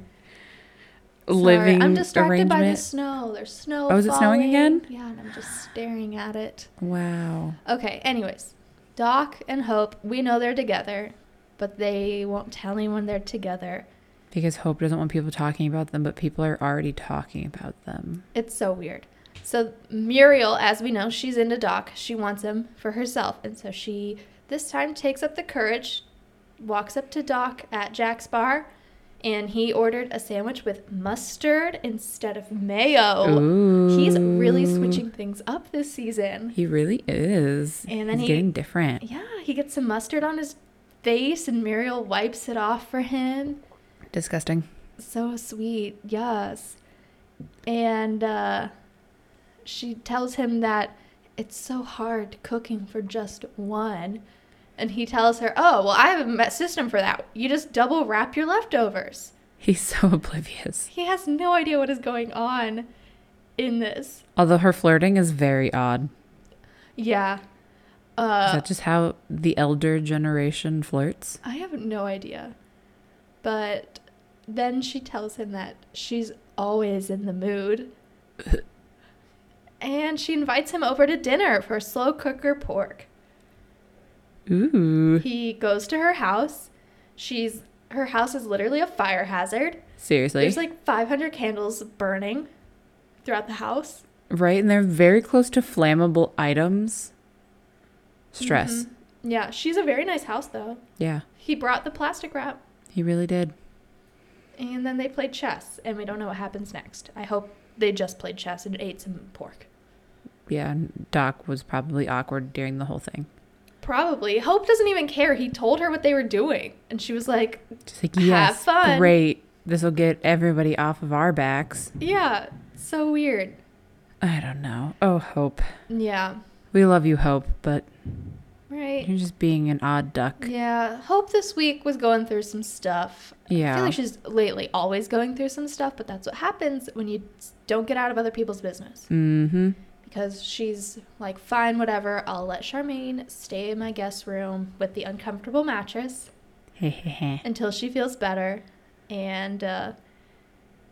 [SPEAKER 1] Sorry,
[SPEAKER 2] Living
[SPEAKER 1] I'm distracted by the
[SPEAKER 2] arrangement.
[SPEAKER 1] snow. There's snow.
[SPEAKER 2] Oh, is it snowing
[SPEAKER 1] falling.
[SPEAKER 2] again?
[SPEAKER 1] Yeah, and I'm just staring at it.
[SPEAKER 2] Wow.
[SPEAKER 1] Okay. Anyways, Doc and Hope. We know they're together. but they won't tell anyone they're together.
[SPEAKER 2] Because Hope doesn't want people talking about them, but people are already talking about them.
[SPEAKER 1] It's so weird. So Muriel, as we know, she's into Doc. She wants him for herself, and so she this time takes up the courage, walks up to Doc at Jack's bar, and he ordered a sandwich with mustard instead of mayo.
[SPEAKER 2] Ooh.
[SPEAKER 1] Oh, He's really switching things up this season.
[SPEAKER 2] He really is.
[SPEAKER 1] And then
[SPEAKER 2] He's
[SPEAKER 1] he-
[SPEAKER 2] getting different.
[SPEAKER 1] Yeah, he gets some mustard on his face, and Muriel wipes it off for him.
[SPEAKER 2] Disgusting.
[SPEAKER 1] So sweet, yes. And uh, she tells him that it's so hard cooking for just one. And he tells her, Oh, well, I have a me- system for that. You just double wrap your leftovers.
[SPEAKER 2] He's so <laughs> oblivious.
[SPEAKER 1] He has no idea what is going on in this.
[SPEAKER 2] Although her flirting is very odd.
[SPEAKER 1] Yeah.
[SPEAKER 2] Is
[SPEAKER 1] Uh,
[SPEAKER 2] that just how the elder generation flirts?
[SPEAKER 1] I have no idea. But then she tells him that she's always in the mood. and she invites him over to dinner for slow cooker pork.
[SPEAKER 2] Ooh.
[SPEAKER 1] He goes to her house. She's her house is literally a fire hazard.
[SPEAKER 2] Seriously.
[SPEAKER 1] There's like 500 candles burning throughout the house.
[SPEAKER 2] right? And they're very close to flammable items. Stress.
[SPEAKER 1] Mhm. Yeah, she's a very nice house though.
[SPEAKER 2] Yeah,
[SPEAKER 1] He brought the plastic wrap
[SPEAKER 2] he really did.
[SPEAKER 1] and then they played chess and we don't know what happens next. I hope they just played chess and ate some pork.
[SPEAKER 2] Yeah, and Doc was probably awkward during the whole thing.
[SPEAKER 1] Probably. Hope doesn't even care. He told her what they were doing. And she was like,
[SPEAKER 2] Just like,
[SPEAKER 1] Have
[SPEAKER 2] yes,
[SPEAKER 1] fun."
[SPEAKER 2] great. This will get everybody off of our backs.
[SPEAKER 1] yeah, so weird.
[SPEAKER 2] I don't know. Oh, Hope.
[SPEAKER 1] Yeah,
[SPEAKER 2] We love you, Hope, but
[SPEAKER 1] right.
[SPEAKER 2] you're just being an odd duck.
[SPEAKER 1] Yeah, Hope this week was going through some stuff. I
[SPEAKER 2] Yeah.
[SPEAKER 1] feel like she's lately always going through some stuff, but that's what happens when you don't get out of other people's business.
[SPEAKER 2] Mm hmm.
[SPEAKER 1] Because she's like, fine, whatever, I'll let Charmaine stay in my guest room with the uncomfortable mattress. until she feels better and uh,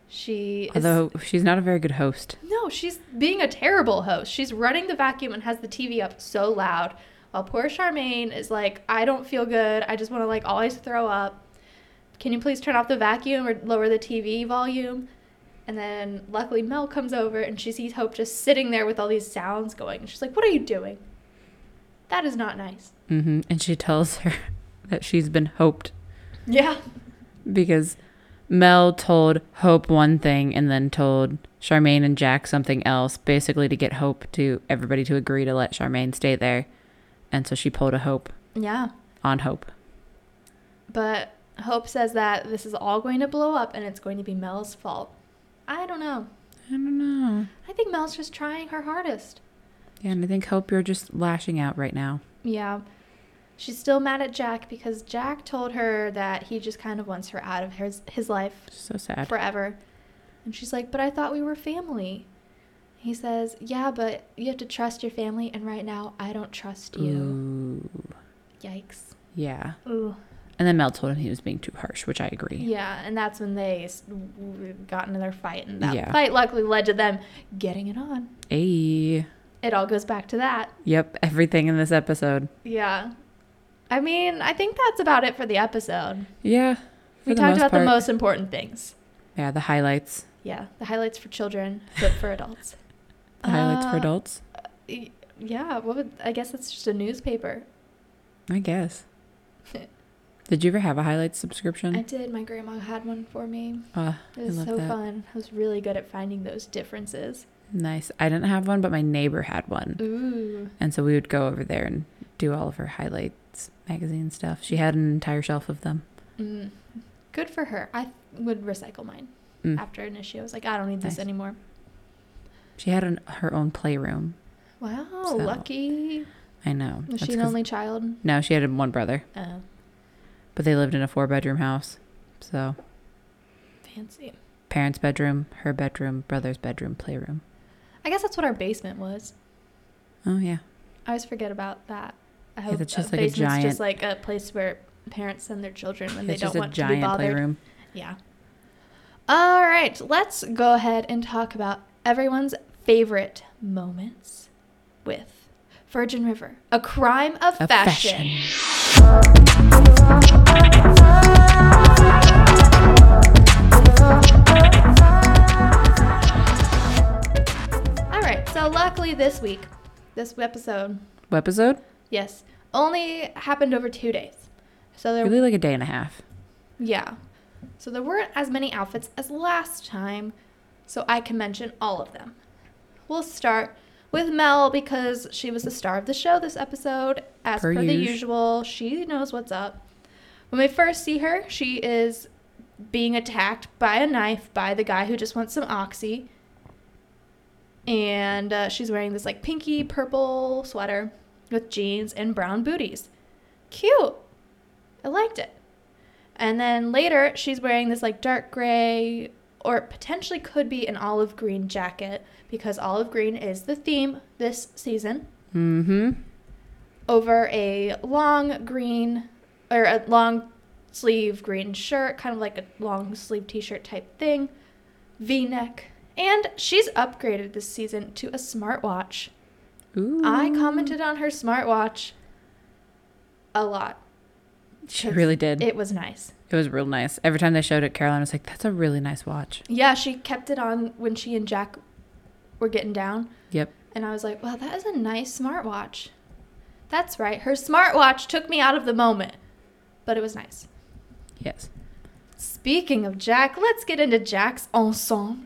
[SPEAKER 1] she
[SPEAKER 2] Although she's not a very good host.
[SPEAKER 1] is no she's being a terrible host she's running the vacuum and has the tv up so loud while poor charmaine is like i don't feel good i just want to like always throw up can you please turn off the vacuum or lower the tv volume and then luckily mel comes over and she sees hope just sitting there with all these sounds going she's like what are you doing that is not nice
[SPEAKER 2] hmm And she tells her <laughs> that she's been hoped
[SPEAKER 1] yeah
[SPEAKER 2] because Mel told Hope one thing and then told Charmaine and Jack something else, basically to get Hope to everybody to agree to let Charmaine stay there. And so she pulled a Hope
[SPEAKER 1] yeah
[SPEAKER 2] on Hope.
[SPEAKER 1] But Hope says that this is all going to blow up and it's going to be Mel's fault. I don't know.
[SPEAKER 2] I don't know.
[SPEAKER 1] I think Mel's just trying her hardest.
[SPEAKER 2] Yeah, and I think Hope, you're just lashing out right now.
[SPEAKER 1] Yeah. She's still mad at Jack because Jack told her that he just kind of wants her out of his, his life
[SPEAKER 2] So sad.
[SPEAKER 1] forever. And she's like, But I thought we were family. He says, Yeah, but you have to trust your family, and right now I don't trust you.
[SPEAKER 2] Ooh.
[SPEAKER 1] Yikes.
[SPEAKER 2] Yeah.
[SPEAKER 1] Ooh.
[SPEAKER 2] And then Mel told him he was being too harsh, which I agree.
[SPEAKER 1] Yeah, and that's when they s- w- w- got into their fight, and that
[SPEAKER 2] Yeah.
[SPEAKER 1] fight luckily led to them getting it on.
[SPEAKER 2] Ayy.
[SPEAKER 1] it all goes back to that.
[SPEAKER 2] Yep, everything in this episode.
[SPEAKER 1] Yeah. I mean, I think that's about it for the episode.
[SPEAKER 2] Yeah. for
[SPEAKER 1] We
[SPEAKER 2] the
[SPEAKER 1] talked about
[SPEAKER 2] part.
[SPEAKER 1] the most important things.
[SPEAKER 2] Yeah, the highlights.
[SPEAKER 1] Yeah, the highlights for children, but for adults.
[SPEAKER 2] <laughs> The highlights for
[SPEAKER 1] Uh,
[SPEAKER 2] adults.
[SPEAKER 1] y- Yeah, what would I guess it's just a newspaper.
[SPEAKER 2] I guess.
[SPEAKER 1] <laughs>
[SPEAKER 2] Did you ever have a highlights
[SPEAKER 1] I
[SPEAKER 2] subscription?
[SPEAKER 1] did. My grandma had one for me.
[SPEAKER 2] Uh,
[SPEAKER 1] It was
[SPEAKER 2] Mm. love
[SPEAKER 1] so
[SPEAKER 2] that.
[SPEAKER 1] fun. I was really good at finding those differences.
[SPEAKER 2] nice. I didn't have one, but my neighbor had one.
[SPEAKER 1] Ooh.
[SPEAKER 2] And so we would go over there and do all of her highlights magazine stuff. She had an entire shelf of them.
[SPEAKER 1] Mm. Good for her. I would recycle mine
[SPEAKER 2] Mm.
[SPEAKER 1] after an issue. I was like, I don't need this
[SPEAKER 2] Nice.
[SPEAKER 1] anymore.
[SPEAKER 2] She had an, her own playroom.
[SPEAKER 1] Wow,
[SPEAKER 2] So,
[SPEAKER 1] lucky.
[SPEAKER 2] I know.
[SPEAKER 1] Was
[SPEAKER 2] That's
[SPEAKER 1] she an
[SPEAKER 2] 'cause-
[SPEAKER 1] only child?
[SPEAKER 2] No, she had one brother,
[SPEAKER 1] Oh,
[SPEAKER 2] but they lived in a four bedroom house. So
[SPEAKER 1] fancy.
[SPEAKER 2] parents' bedroom, her bedroom, brother's bedroom, playroom.
[SPEAKER 1] I guess that's what our basement was.
[SPEAKER 2] Oh, yeah.
[SPEAKER 1] I always forget about that. I
[SPEAKER 2] Yeah,
[SPEAKER 1] hope
[SPEAKER 2] that's just
[SPEAKER 1] a
[SPEAKER 2] like a
[SPEAKER 1] basement's
[SPEAKER 2] giant-
[SPEAKER 1] just like a place where parents send their children when they
[SPEAKER 2] It's
[SPEAKER 1] don't
[SPEAKER 2] just a
[SPEAKER 1] want to be
[SPEAKER 2] giant
[SPEAKER 1] bothered.
[SPEAKER 2] playroom.
[SPEAKER 1] Yeah. All right, let's go ahead and talk about everyone's favorite moments with Virgin River, a crime of
[SPEAKER 2] Of
[SPEAKER 1] fashion.
[SPEAKER 2] fashion.
[SPEAKER 1] All right. So luckily this week, this episode,
[SPEAKER 2] Webisode?
[SPEAKER 1] yes, only happened over two days. So there,
[SPEAKER 2] Really like a day and a half.
[SPEAKER 1] yeah. So there weren't as many outfits as last time, so I can mention all of them. We'll start with Mel because she was the star of the show this episode. As
[SPEAKER 2] Per
[SPEAKER 1] per, the
[SPEAKER 2] usual.
[SPEAKER 1] usual, she knows what's up. When we first see her, she is being attacked by a knife by the guy who just wants some oxy. And uh, she's wearing this like pinky purple sweater with jeans and brown booties. Cute. I liked it. And then later, she's wearing this like dark gray or potentially could be an olive green jacket because olive green is the theme this season
[SPEAKER 2] Mm-hmm.
[SPEAKER 1] over a long green or a long sleeve green shirt, kind of like a long sleeve t shirt type thing, v neck. And she's upgraded this season to a smartwatch.
[SPEAKER 2] Ooh.
[SPEAKER 1] I commented on her smartwatch a lot.
[SPEAKER 2] She really did. It,
[SPEAKER 1] It was nice.
[SPEAKER 2] was real nice. Every time they showed it, Caroline was like, that's a really nice watch.
[SPEAKER 1] Yeah, she kept it on when she and Jack were getting down.
[SPEAKER 2] Yep.
[SPEAKER 1] And I was like, wow, that is a nice smartwatch. That's right. Her smartwatch took me out of the moment, but it was nice.
[SPEAKER 2] Yes.
[SPEAKER 1] Speaking of Jack, let's get into Jack's ensemble.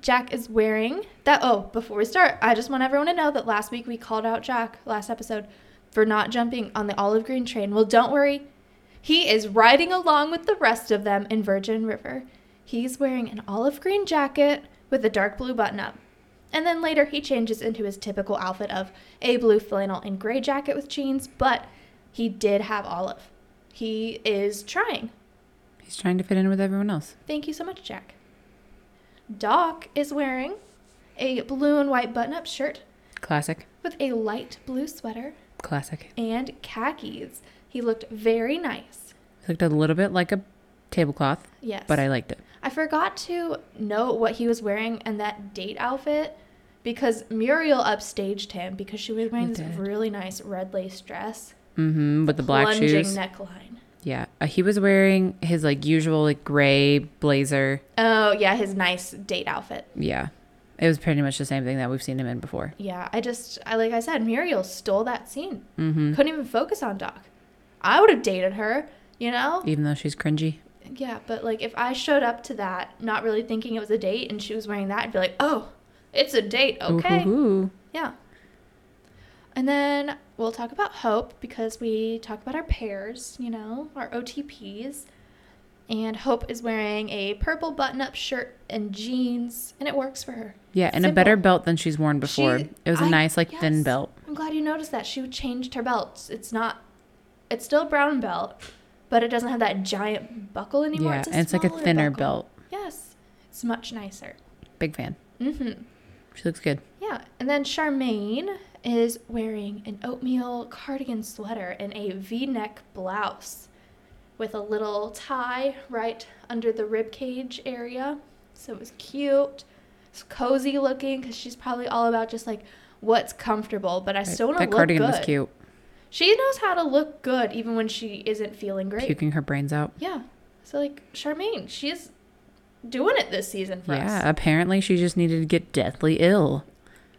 [SPEAKER 1] Jack is wearing that. Oh, before we start, I just want everyone to know that last week we called out Jack, last episode, for not jumping on the olive green train. Well, don't worry. He is riding along with the rest of them in Virgin River. He's wearing an olive green jacket with a dark blue button up. And then later he changes into his typical outfit of a blue flannel and gray jacket with jeans, but he did have olive. He is trying.
[SPEAKER 2] He's trying to fit in with everyone else.
[SPEAKER 1] Thank you so much, Jack. Doc is wearing a blue and white button up shirt
[SPEAKER 2] Classic.
[SPEAKER 1] with a light blue sweater
[SPEAKER 2] Classic.
[SPEAKER 1] and khakis. He looked very nice.
[SPEAKER 2] It looked a little bit like a tablecloth,
[SPEAKER 1] Yes.
[SPEAKER 2] but I liked it.
[SPEAKER 1] I forgot to note what he was wearing and that date outfit because Muriel upstaged him because she was wearing
[SPEAKER 2] You
[SPEAKER 1] this
[SPEAKER 2] did.
[SPEAKER 1] really nice red lace dress,
[SPEAKER 2] Mm-hmm. With the black
[SPEAKER 1] plunging
[SPEAKER 2] shoes.
[SPEAKER 1] neckline.
[SPEAKER 2] Yeah. Uh, he was wearing his like usual like gray blazer.
[SPEAKER 1] Oh, yeah, his nice date outfit.
[SPEAKER 2] Yeah. It was pretty much the same thing that we've seen him in before.
[SPEAKER 1] Yeah, I just, I like I said, Muriel stole that scene.
[SPEAKER 2] Mm-hmm.
[SPEAKER 1] couldn't even focus on Doc. I would have dated her, you know?
[SPEAKER 2] Even though she's cringy.
[SPEAKER 1] Yeah, but like if I showed up to that not really thinking it was a date and she was wearing that, I'd be like, oh, it's a date,
[SPEAKER 2] Ooh,
[SPEAKER 1] okay?
[SPEAKER 2] hoo, hoo.
[SPEAKER 1] Yeah. And then we'll talk about hope because we talk about our pairs, you know, our OTPs. And Hope is wearing a purple button up shirt and jeans, and it works for her.
[SPEAKER 2] Yeah, and a
[SPEAKER 1] Simple.
[SPEAKER 2] better belt than she's worn before.
[SPEAKER 1] She-
[SPEAKER 2] it was a
[SPEAKER 1] I-
[SPEAKER 2] nice, like, thin
[SPEAKER 1] yes.
[SPEAKER 2] belt.
[SPEAKER 1] I'm glad you noticed that. She changed her belts. It's not, it's still a brown belt, but it doesn't have that giant buckle anymore.
[SPEAKER 2] Yeah,
[SPEAKER 1] a
[SPEAKER 2] and it's like a
[SPEAKER 1] smaller
[SPEAKER 2] thinner
[SPEAKER 1] buckle.
[SPEAKER 2] belt.
[SPEAKER 1] Yes, it's much nicer.
[SPEAKER 2] Big fan.
[SPEAKER 1] Mm-hmm.
[SPEAKER 2] She looks good.
[SPEAKER 1] Yeah, and then Charmaine is wearing an oatmeal cardigan sweater and a V-neck blouse with a little tie right under the rib cage area. So it was cute. It's cozy looking because she's probably all about just like what's comfortable. But I
[SPEAKER 2] Right.
[SPEAKER 1] still want to
[SPEAKER 2] that
[SPEAKER 1] look
[SPEAKER 2] cardigan
[SPEAKER 1] good.
[SPEAKER 2] was cute.
[SPEAKER 1] She knows how to look good even when she isn't feeling great.
[SPEAKER 2] Puking her brains out.
[SPEAKER 1] Yeah. So like Charmaine, she's doing it this season for
[SPEAKER 2] yeah,
[SPEAKER 1] us.
[SPEAKER 2] apparently she just needed to get deathly ill.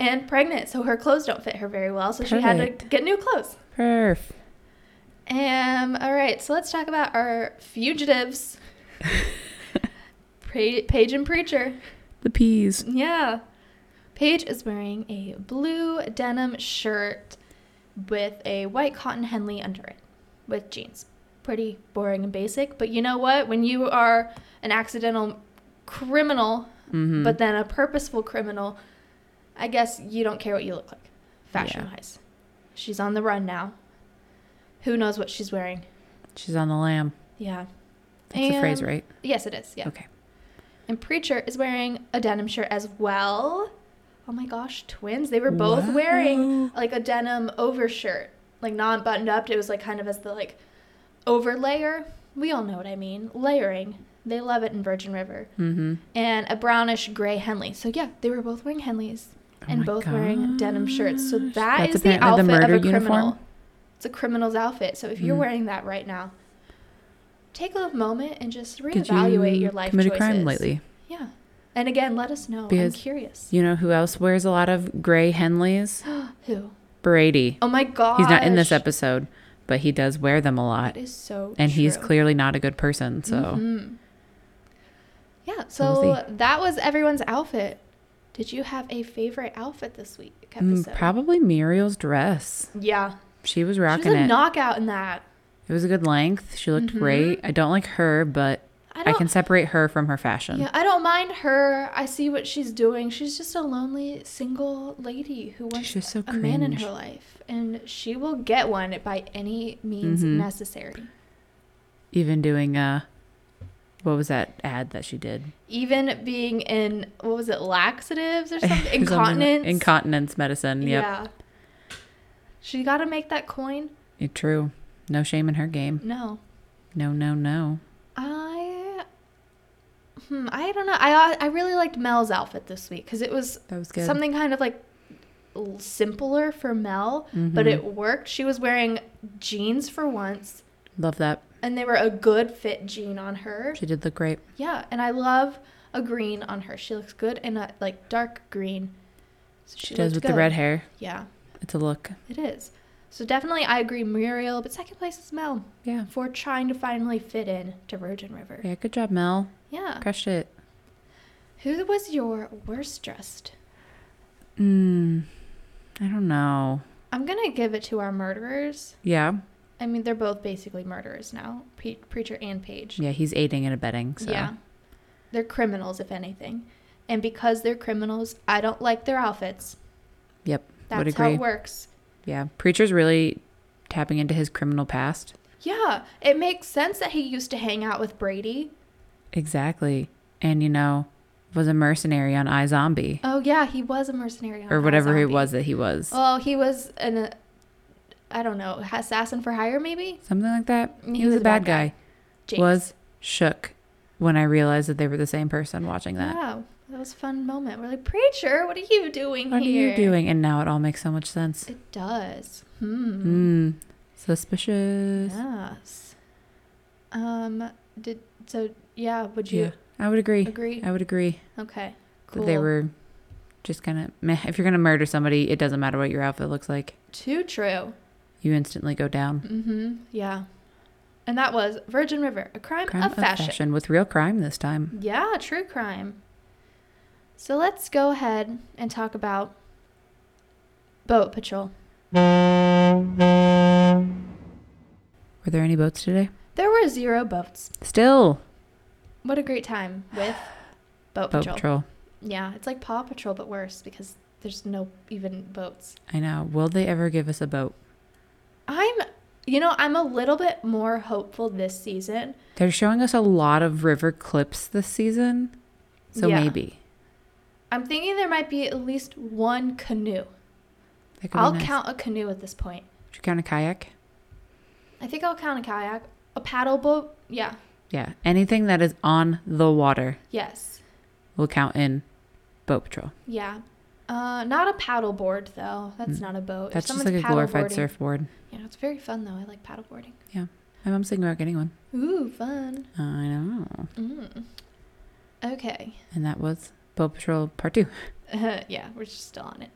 [SPEAKER 1] And pregnant, so her clothes don't fit her very well, so she had to
[SPEAKER 2] Perfect.
[SPEAKER 1] get new clothes.
[SPEAKER 2] Perf.
[SPEAKER 1] Um all right, so let's talk about our
[SPEAKER 2] <laughs>
[SPEAKER 1] fugitives. Pra- Paige and Preacher.
[SPEAKER 2] The peas.
[SPEAKER 1] Yeah. Paige is wearing a blue denim shirt with a white cotton Henley under it with jeans. Pretty boring and basic, but you know what? When you are an accidental criminal,
[SPEAKER 2] Mm-hmm.
[SPEAKER 1] but then a purposeful criminal, I guess you don't care what you look like, fashion wise. She's on the run now. Who knows what she's wearing?
[SPEAKER 2] she's on the lamb.
[SPEAKER 1] Yeah.
[SPEAKER 2] That's the phrase,
[SPEAKER 1] And-
[SPEAKER 2] right?
[SPEAKER 1] Yes, it is. Yeah.
[SPEAKER 2] Okay.
[SPEAKER 1] And Preacher is wearing a denim shirt as well. Oh my gosh, twins. They were both wearing
[SPEAKER 2] Wow.
[SPEAKER 1] like a denim overshirt, like not buttoned up. It was like kind of as the like overlayer. We all know what I mean. Layering. They love it in Virgin River.
[SPEAKER 2] Mm-hmm.
[SPEAKER 1] And a brownish gray Henley. So yeah, they were both wearing Henleys and
[SPEAKER 2] Oh my
[SPEAKER 1] both wearing denim shirts. So
[SPEAKER 2] gosh.
[SPEAKER 1] That's
[SPEAKER 2] That's
[SPEAKER 1] the outfit
[SPEAKER 2] apparently the
[SPEAKER 1] of a
[SPEAKER 2] murder
[SPEAKER 1] criminal.
[SPEAKER 2] uniform?
[SPEAKER 1] It's a criminal's outfit. So if you're
[SPEAKER 2] Mm.
[SPEAKER 1] wearing that right now, take a moment and just
[SPEAKER 2] Did
[SPEAKER 1] reevaluate
[SPEAKER 2] you
[SPEAKER 1] your life
[SPEAKER 2] commit
[SPEAKER 1] choices.
[SPEAKER 2] a crime lately?
[SPEAKER 1] Yeah. And again, let us know.
[SPEAKER 2] Because-
[SPEAKER 1] I'm curious.
[SPEAKER 2] You know who else wears a lot of gray Henleys?
[SPEAKER 1] <gasps> Who?
[SPEAKER 2] Brady.
[SPEAKER 1] Oh my god.
[SPEAKER 2] He's not in this episode, but he does wear them a lot.
[SPEAKER 1] That is so
[SPEAKER 2] And he's
[SPEAKER 1] true.
[SPEAKER 2] clearly not a good person. So
[SPEAKER 1] Mhm. Yeah,
[SPEAKER 2] So
[SPEAKER 1] so
[SPEAKER 2] was
[SPEAKER 1] that was everyone's outfit. Did you have a favorite outfit this week
[SPEAKER 2] Mm,
[SPEAKER 1] episode?
[SPEAKER 2] probably Muriel's dress.
[SPEAKER 1] Yeah. She
[SPEAKER 2] She was
[SPEAKER 1] was
[SPEAKER 2] rocking
[SPEAKER 1] a
[SPEAKER 2] it.
[SPEAKER 1] knockout in that.
[SPEAKER 2] it was a good length. She looked great. I don't like her, but
[SPEAKER 1] Mm-hmm. I
[SPEAKER 2] I,
[SPEAKER 1] don't
[SPEAKER 2] can separate her from her fashion.
[SPEAKER 1] Yeah, I don't mind her. I see what she's doing. She's just a lonely single lady who wants
[SPEAKER 2] just so
[SPEAKER 1] a man in her
[SPEAKER 2] cringe.
[SPEAKER 1] life, and she will get one by any means
[SPEAKER 2] Mhm.
[SPEAKER 1] necessary.
[SPEAKER 2] Even doing uh what was that ad that she did?
[SPEAKER 1] Even being in what was it, laxatives
[SPEAKER 2] <laughs>
[SPEAKER 1] or
[SPEAKER 2] Something
[SPEAKER 1] something?
[SPEAKER 2] like-
[SPEAKER 1] Incontinence.
[SPEAKER 2] Incontinence medicine. Yep.
[SPEAKER 1] Yeah. She got to make that coin.
[SPEAKER 2] Yeah, True. No shame in her game.
[SPEAKER 1] No,
[SPEAKER 2] No, no, no.
[SPEAKER 1] I. Hmm, I don't know. I I really liked Mel's outfit this week because it was
[SPEAKER 2] That was good.
[SPEAKER 1] something kind of like l- simpler for Mel,
[SPEAKER 2] Mm-hmm.
[SPEAKER 1] but it worked. She was wearing jeans for once,
[SPEAKER 2] Love that.
[SPEAKER 1] and they were a good fit jean on her.
[SPEAKER 2] She did look great.
[SPEAKER 1] Yeah, and I love a green on her. She looks good in a like dark green. So
[SPEAKER 2] She, does
[SPEAKER 1] looked
[SPEAKER 2] with
[SPEAKER 1] good.
[SPEAKER 2] the red hair.
[SPEAKER 1] Yeah,
[SPEAKER 2] It's a look.
[SPEAKER 1] it is. So definitely, I agree, Muriel. But second place is Mel
[SPEAKER 2] Yeah.
[SPEAKER 1] for trying to finally fit in to Virgin River.
[SPEAKER 2] Yeah, good job, Mel.
[SPEAKER 1] Yeah.
[SPEAKER 2] Crushed it.
[SPEAKER 1] Who was your worst dressed?
[SPEAKER 2] Mm, I don't know.
[SPEAKER 1] I'm gonna give it to our murderers.
[SPEAKER 2] Yeah.
[SPEAKER 1] I mean, they're both basically murderers now, Pre- Preacher and Page.
[SPEAKER 2] Yeah, he's aiding and abetting. So
[SPEAKER 1] Yeah, they're criminals, if anything, and because they're criminals, I don't like their outfits.
[SPEAKER 2] Yep.
[SPEAKER 1] That's
[SPEAKER 2] would
[SPEAKER 1] how
[SPEAKER 2] agree.
[SPEAKER 1] it works.
[SPEAKER 2] Yeah. Preacher's really tapping into his criminal past.
[SPEAKER 1] Yeah, it makes sense that he used to hang out with Brady.
[SPEAKER 2] Exactly. And you know, was a mercenary on iZombie.
[SPEAKER 1] Oh yeah, he was a mercenary on
[SPEAKER 2] or whatever he
[SPEAKER 1] iZombie. Oh.
[SPEAKER 2] was that he was.
[SPEAKER 1] Well, he was an, uh, I don't know, assassin for hire, maybe.
[SPEAKER 2] Something like that.
[SPEAKER 1] He
[SPEAKER 2] He was a bad guy.
[SPEAKER 1] James.
[SPEAKER 2] Was shook when I realized that they were the same person watching that.
[SPEAKER 1] Wow, that was a fun moment. We're like, preacher, what are you doing
[SPEAKER 2] What
[SPEAKER 1] here?
[SPEAKER 2] are you doing? And now it all makes so much sense.
[SPEAKER 1] It does. Hmm.
[SPEAKER 2] Mm, suspicious.
[SPEAKER 1] Yes. Um. Did so? Yeah. Would you
[SPEAKER 2] Yeah, I would agree.
[SPEAKER 1] agree?
[SPEAKER 2] I would agree
[SPEAKER 1] Okay.
[SPEAKER 2] that
[SPEAKER 1] Cool.
[SPEAKER 2] they were just kind of meh. If you're going to murder somebody, it doesn't matter what your outfit looks like.
[SPEAKER 1] too true.
[SPEAKER 2] You instantly go down.
[SPEAKER 1] Mm-hmm. Yeah. And that was Virgin River, a crime,
[SPEAKER 2] Crime
[SPEAKER 1] of, fashion.
[SPEAKER 2] with real crime this time.
[SPEAKER 1] Yeah, true crime. So let's go ahead and talk about Boat Patrol.
[SPEAKER 2] Were there any boats today?
[SPEAKER 1] There were zero boats.
[SPEAKER 2] Still,
[SPEAKER 1] What a great time
[SPEAKER 2] <sighs>
[SPEAKER 1] with Boat,
[SPEAKER 2] boat
[SPEAKER 1] Patrol.
[SPEAKER 2] patrol.
[SPEAKER 1] Yeah, it's like Paw Patrol but worse because there's no even boats.
[SPEAKER 2] I know. Will they ever give us a boat?
[SPEAKER 1] I'm, you know, I'm a little bit more hopeful this season.
[SPEAKER 2] They're showing us a lot of river clips this season, so
[SPEAKER 1] Yeah.
[SPEAKER 2] maybe.
[SPEAKER 1] I'm thinking there might be at least one canoe.
[SPEAKER 2] That could be
[SPEAKER 1] I'll
[SPEAKER 2] nice.
[SPEAKER 1] count a canoe at this point.
[SPEAKER 2] Would you count a kayak?
[SPEAKER 1] I think I'll count a kayak, a paddle boat. Yeah.
[SPEAKER 2] Yeah, anything that is on the water
[SPEAKER 1] Yes.
[SPEAKER 2] will count in boat patrol.
[SPEAKER 1] Yeah. Uh, not a paddle board though. That's not a boat. If
[SPEAKER 2] Mm. That's just
[SPEAKER 1] someone's
[SPEAKER 2] like a glorified
[SPEAKER 1] paddleboarding-
[SPEAKER 2] surfboard.
[SPEAKER 1] You know, it's very fun though. I like paddle boarding.
[SPEAKER 2] My mom's thinking about getting one.
[SPEAKER 1] Ooh, fun.
[SPEAKER 2] I know.
[SPEAKER 1] Mm. Okay. <laughs>
[SPEAKER 2] And that was boat patrol part two.
[SPEAKER 1] yeah, we're just still
[SPEAKER 2] <laughs>
[SPEAKER 1] on it.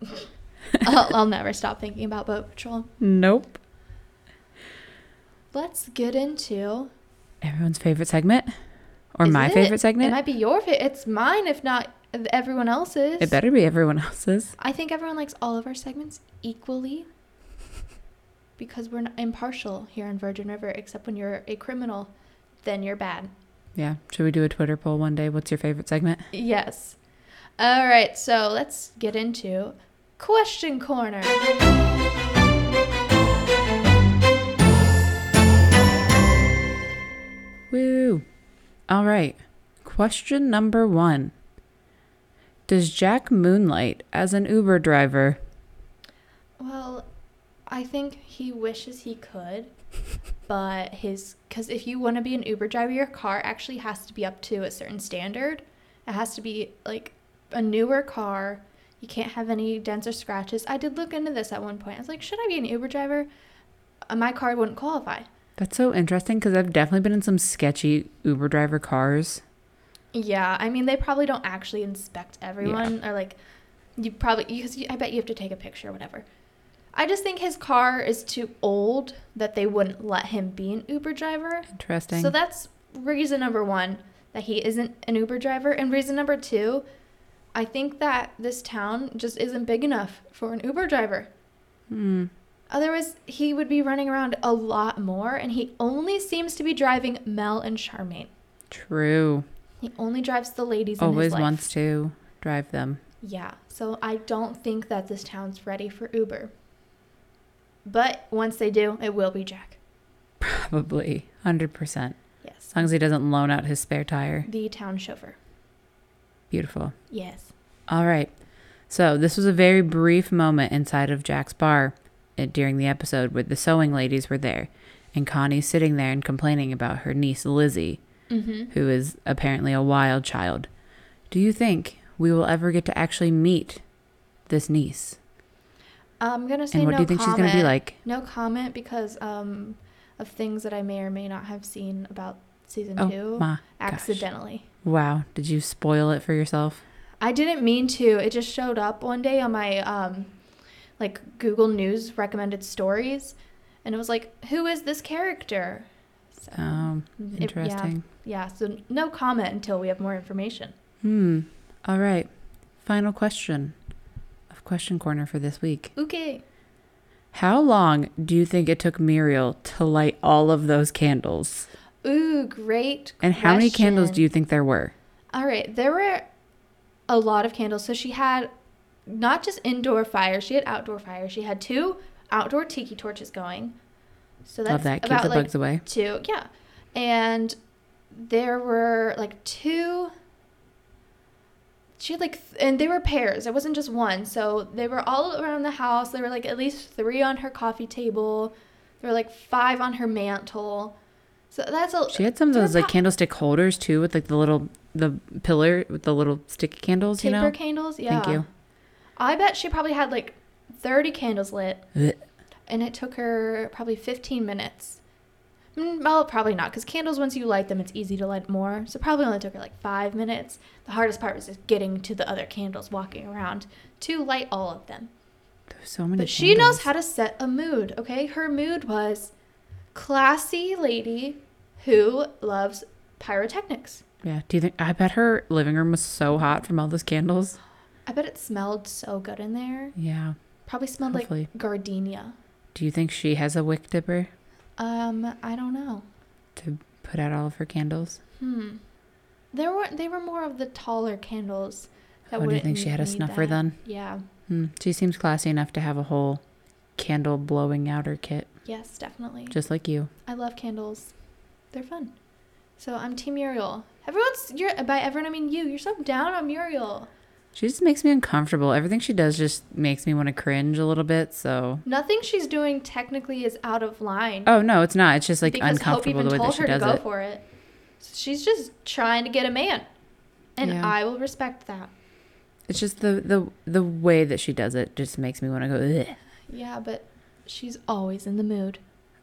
[SPEAKER 1] I'll, I'll never stop thinking about boat patrol.
[SPEAKER 2] Nope.
[SPEAKER 1] Let's get into
[SPEAKER 2] Everyone's favorite segment, or
[SPEAKER 1] Is
[SPEAKER 2] my
[SPEAKER 1] it?
[SPEAKER 2] favorite
[SPEAKER 1] It
[SPEAKER 2] segment.
[SPEAKER 1] might be your favorite. It's mine, if not everyone else's.
[SPEAKER 2] It better be everyone else's.
[SPEAKER 1] I think everyone likes all of our segments equally because we're not impartial here in Virgin River, except when you're a criminal, then you're bad.
[SPEAKER 2] Yeah. Should we do a Twitter poll one day? What's your favorite segment?
[SPEAKER 1] Yes. All right, so let's get into question corner.
[SPEAKER 2] Woo. All right. Question number one Does Jack moonlight as an Uber driver?
[SPEAKER 1] Well, I think he wishes he could, but his because if you want to be an Uber driver, your car actually has to be up to a certain standard. It has to be like a newer car. You can't have any dents or scratches. I did look into this at one point. I was like, should I be an Uber driver? Uh, My car wouldn't qualify.
[SPEAKER 2] That's so interesting because I've definitely been in some sketchy Uber driver cars.
[SPEAKER 1] Yeah, I mean they probably don't actually inspect everyone or like you probably because you, I bet you have to take a picture or whatever. I just think his car is too old that they wouldn't let him be an Uber driver.
[SPEAKER 2] Interesting.
[SPEAKER 1] So that's reason number 1 that he isn't an Uber driver and reason number 2 I think that this town just isn't big enough for an Uber driver.
[SPEAKER 2] Hmm.
[SPEAKER 1] Otherwise, he would be running around a lot more, and he only seems to be driving Mel and Charmaine.
[SPEAKER 2] True.
[SPEAKER 1] He only drives the ladies. in his
[SPEAKER 2] Always
[SPEAKER 1] life.
[SPEAKER 2] wants to drive them. <laughs>
[SPEAKER 1] Yeah, so I don't think that this town's ready for Uber. But once they do, it will be Jack.
[SPEAKER 2] Probably. 100%.
[SPEAKER 1] Yes,
[SPEAKER 2] As long as he doesn't loan out his spare tire.
[SPEAKER 1] the town chauffeur.
[SPEAKER 2] Beautiful.
[SPEAKER 1] Yes.
[SPEAKER 2] All right. So this was a very brief moment inside of Jack's bar uh, during the episode where the sewing ladies were there, and Connie's sitting there and complaining about her niece Lizzie,
[SPEAKER 1] Mm-hmm.
[SPEAKER 2] who is apparently a wild child. Do you think we will ever get to actually meet this niece?
[SPEAKER 1] I'm gonna say
[SPEAKER 2] And what
[SPEAKER 1] no
[SPEAKER 2] do you think
[SPEAKER 1] comment.
[SPEAKER 2] she's gonna be like?
[SPEAKER 1] No comment because um, of things that I may or may not have seen about season
[SPEAKER 2] Oh,
[SPEAKER 1] two
[SPEAKER 2] Ma, gosh.
[SPEAKER 1] accidentally.
[SPEAKER 2] wow, did you spoil it for yourself?
[SPEAKER 1] I didn't mean to. It just showed up one day on my um like Google News recommended stories and it was like, "Who is this character?" So
[SPEAKER 2] Um,
[SPEAKER 1] it-
[SPEAKER 2] interesting.
[SPEAKER 1] yeah, yeah, so no comment until we have more information.
[SPEAKER 2] Hmm. All right. Final question of question corner for this week.
[SPEAKER 1] Okay.
[SPEAKER 2] How long do you think it took Muriel to light all of those candles?
[SPEAKER 1] Ooh, great.
[SPEAKER 2] And how many candles do you think there were?
[SPEAKER 1] All right, there were a lot of candles. So she had not just indoor fire, she had outdoor fire. She had two outdoor tiki torches going. So that's
[SPEAKER 2] Love that. Keep
[SPEAKER 1] about
[SPEAKER 2] the
[SPEAKER 1] like
[SPEAKER 2] bugs away.
[SPEAKER 1] two yeah and there were like two she had like th- and they were pairs it wasn't just one so they were all around the house there were like at least three on her coffee table there were like five on her mantle so that's a
[SPEAKER 2] She had some of
[SPEAKER 1] there were
[SPEAKER 2] those like
[SPEAKER 1] pro-
[SPEAKER 2] candlestick holders too, with like the little the pillar with the little sticky candles.
[SPEAKER 1] taper
[SPEAKER 2] you know.
[SPEAKER 1] candles yeah
[SPEAKER 2] Thank you.
[SPEAKER 1] i bet she probably had like 30 candles lit
[SPEAKER 2] Blech.
[SPEAKER 1] and it took her probably 15 minutes. Mm, Well, probably not, because candles, once you light them, it's easy to light more. So probably only took her like five minutes. The hardest part was just getting to the other candles, walking around to light all of them.
[SPEAKER 2] There's so many.
[SPEAKER 1] But she knows
[SPEAKER 2] candles.
[SPEAKER 1] how to set a mood, okay? Her mood was classy lady who loves pyrotechnics.
[SPEAKER 2] Yeah. Do you think? I bet her living room was so hot from all those candles.
[SPEAKER 1] I bet it smelled so good in there.
[SPEAKER 2] Yeah.
[SPEAKER 1] Probably smelled
[SPEAKER 2] Hopefully.
[SPEAKER 1] like gardenia.
[SPEAKER 2] Do you think she has a wick dipper
[SPEAKER 1] Um, I don't know.
[SPEAKER 2] to put out all of her candles?
[SPEAKER 1] Hmm. There were they were more of the taller candles.
[SPEAKER 2] oh, do you think
[SPEAKER 1] wouldn't
[SPEAKER 2] she had a
[SPEAKER 1] need
[SPEAKER 2] snuffer
[SPEAKER 1] that.
[SPEAKER 2] then?
[SPEAKER 1] Yeah.
[SPEAKER 2] Hmm. She seems classy enough to have a whole candle blowing outer kit,
[SPEAKER 1] Yes, definitely.
[SPEAKER 2] just like you.
[SPEAKER 1] I love candles. They're fun. So I'm Team Muriel. Everyone's you're by everyone I mean you. You're so down on Muriel.
[SPEAKER 2] She just makes me uncomfortable. Everything she does just makes me want to cringe a little bit. So,
[SPEAKER 1] Nothing she's doing technically is out of line.
[SPEAKER 2] oh no, it's not. It's just like
[SPEAKER 1] because Hope
[SPEAKER 2] uncomfortable
[SPEAKER 1] even
[SPEAKER 2] the way that
[SPEAKER 1] told
[SPEAKER 2] she
[SPEAKER 1] her to
[SPEAKER 2] does
[SPEAKER 1] go
[SPEAKER 2] it.
[SPEAKER 1] for it. She's just trying to get a man, and
[SPEAKER 2] Yeah.
[SPEAKER 1] I will respect that.
[SPEAKER 2] It's just the the the way that she does it just makes me want to go Ugh.
[SPEAKER 1] Yeah, but she's always in the mood.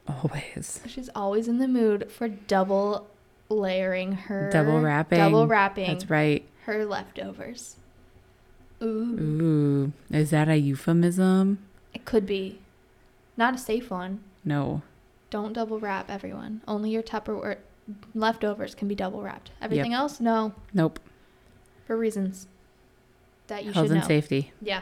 [SPEAKER 2] always.
[SPEAKER 1] She's always in the mood for double layering her
[SPEAKER 2] Double wrapping.
[SPEAKER 1] double wrapping
[SPEAKER 2] That's right.
[SPEAKER 1] her leftovers. Ooh,
[SPEAKER 2] Ooh, is that a euphemism?
[SPEAKER 1] it could be not a safe one.
[SPEAKER 2] No.
[SPEAKER 1] Don't double wrap everyone. Only your Tupperware leftovers can be double wrapped. Everything else, no,
[SPEAKER 2] Nope.
[SPEAKER 1] for reasons that you
[SPEAKER 2] Health
[SPEAKER 1] should
[SPEAKER 2] and
[SPEAKER 1] know.
[SPEAKER 2] safety. <laughs>
[SPEAKER 1] Yeah.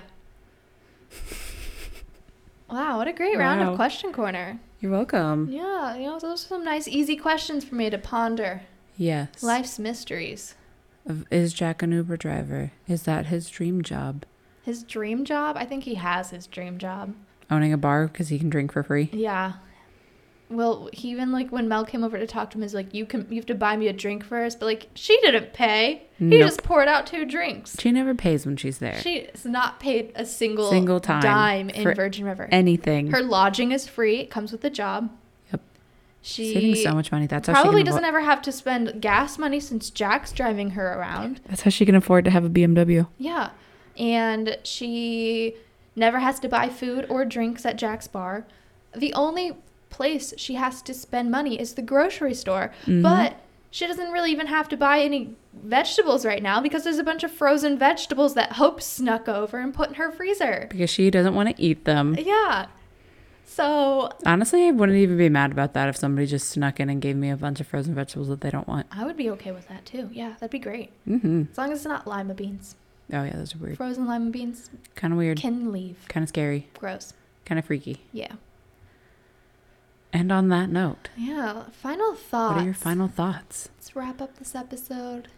[SPEAKER 1] wow, what a great round of
[SPEAKER 2] Wow.
[SPEAKER 1] question corner.
[SPEAKER 2] You're welcome.
[SPEAKER 1] Yeah, you know, those are some nice, easy questions for me to ponder.
[SPEAKER 2] Yes.
[SPEAKER 1] Life's mysteries.
[SPEAKER 2] Of- Is Jack an Uber driver? Is that his dream job?
[SPEAKER 1] His dream job? I think he has his dream job.
[SPEAKER 2] Owning a bar because he can drink for free.
[SPEAKER 1] Yeah. Well, he even like when Mel came over to talk to him, he's like, "You can, you have to buy me a drink first. But like, she didn't pay. He
[SPEAKER 2] Nope.
[SPEAKER 1] just poured out two drinks.
[SPEAKER 2] She never pays when she's there.
[SPEAKER 1] She's not paid a single
[SPEAKER 2] Single time
[SPEAKER 1] dime in
[SPEAKER 2] for
[SPEAKER 1] Virgin River.
[SPEAKER 2] Anything.
[SPEAKER 1] Her lodging is free. It comes with the job.
[SPEAKER 2] Yep.
[SPEAKER 1] She
[SPEAKER 2] saving so much money. That's how she
[SPEAKER 1] probably
[SPEAKER 2] can
[SPEAKER 1] doesn't
[SPEAKER 2] afford-
[SPEAKER 1] ever have to spend gas money since Jack's driving her around.
[SPEAKER 2] That's how she can afford to have a BMW.
[SPEAKER 1] Yeah. And she never has to buy food or drinks at Jack's bar. The only place she has to spend money is the grocery store.
[SPEAKER 2] Mm-hmm.
[SPEAKER 1] But she doesn't really even have to buy any vegetables right now because there's a bunch of frozen vegetables that Hope snuck over and put in her freezer.
[SPEAKER 2] because she doesn't want to eat them.
[SPEAKER 1] Yeah. So
[SPEAKER 2] Honestly, I wouldn't even be mad about that if somebody just snuck in and gave me a bunch of frozen vegetables that they don't want.
[SPEAKER 1] I would be okay with that too. Yeah, that'd be great.
[SPEAKER 2] Mm-hmm.
[SPEAKER 1] As long as it's not lima beans.
[SPEAKER 2] Oh yeah, those are weird.
[SPEAKER 1] Frozen lima beans
[SPEAKER 2] Kind of weird.
[SPEAKER 1] can leave.
[SPEAKER 2] Kind of scary.
[SPEAKER 1] Gross.
[SPEAKER 2] Kind of freaky.
[SPEAKER 1] Yeah.
[SPEAKER 2] And on that note,
[SPEAKER 1] Yeah. Final thoughts.
[SPEAKER 2] what are your final thoughts?
[SPEAKER 1] Let's wrap up this episode.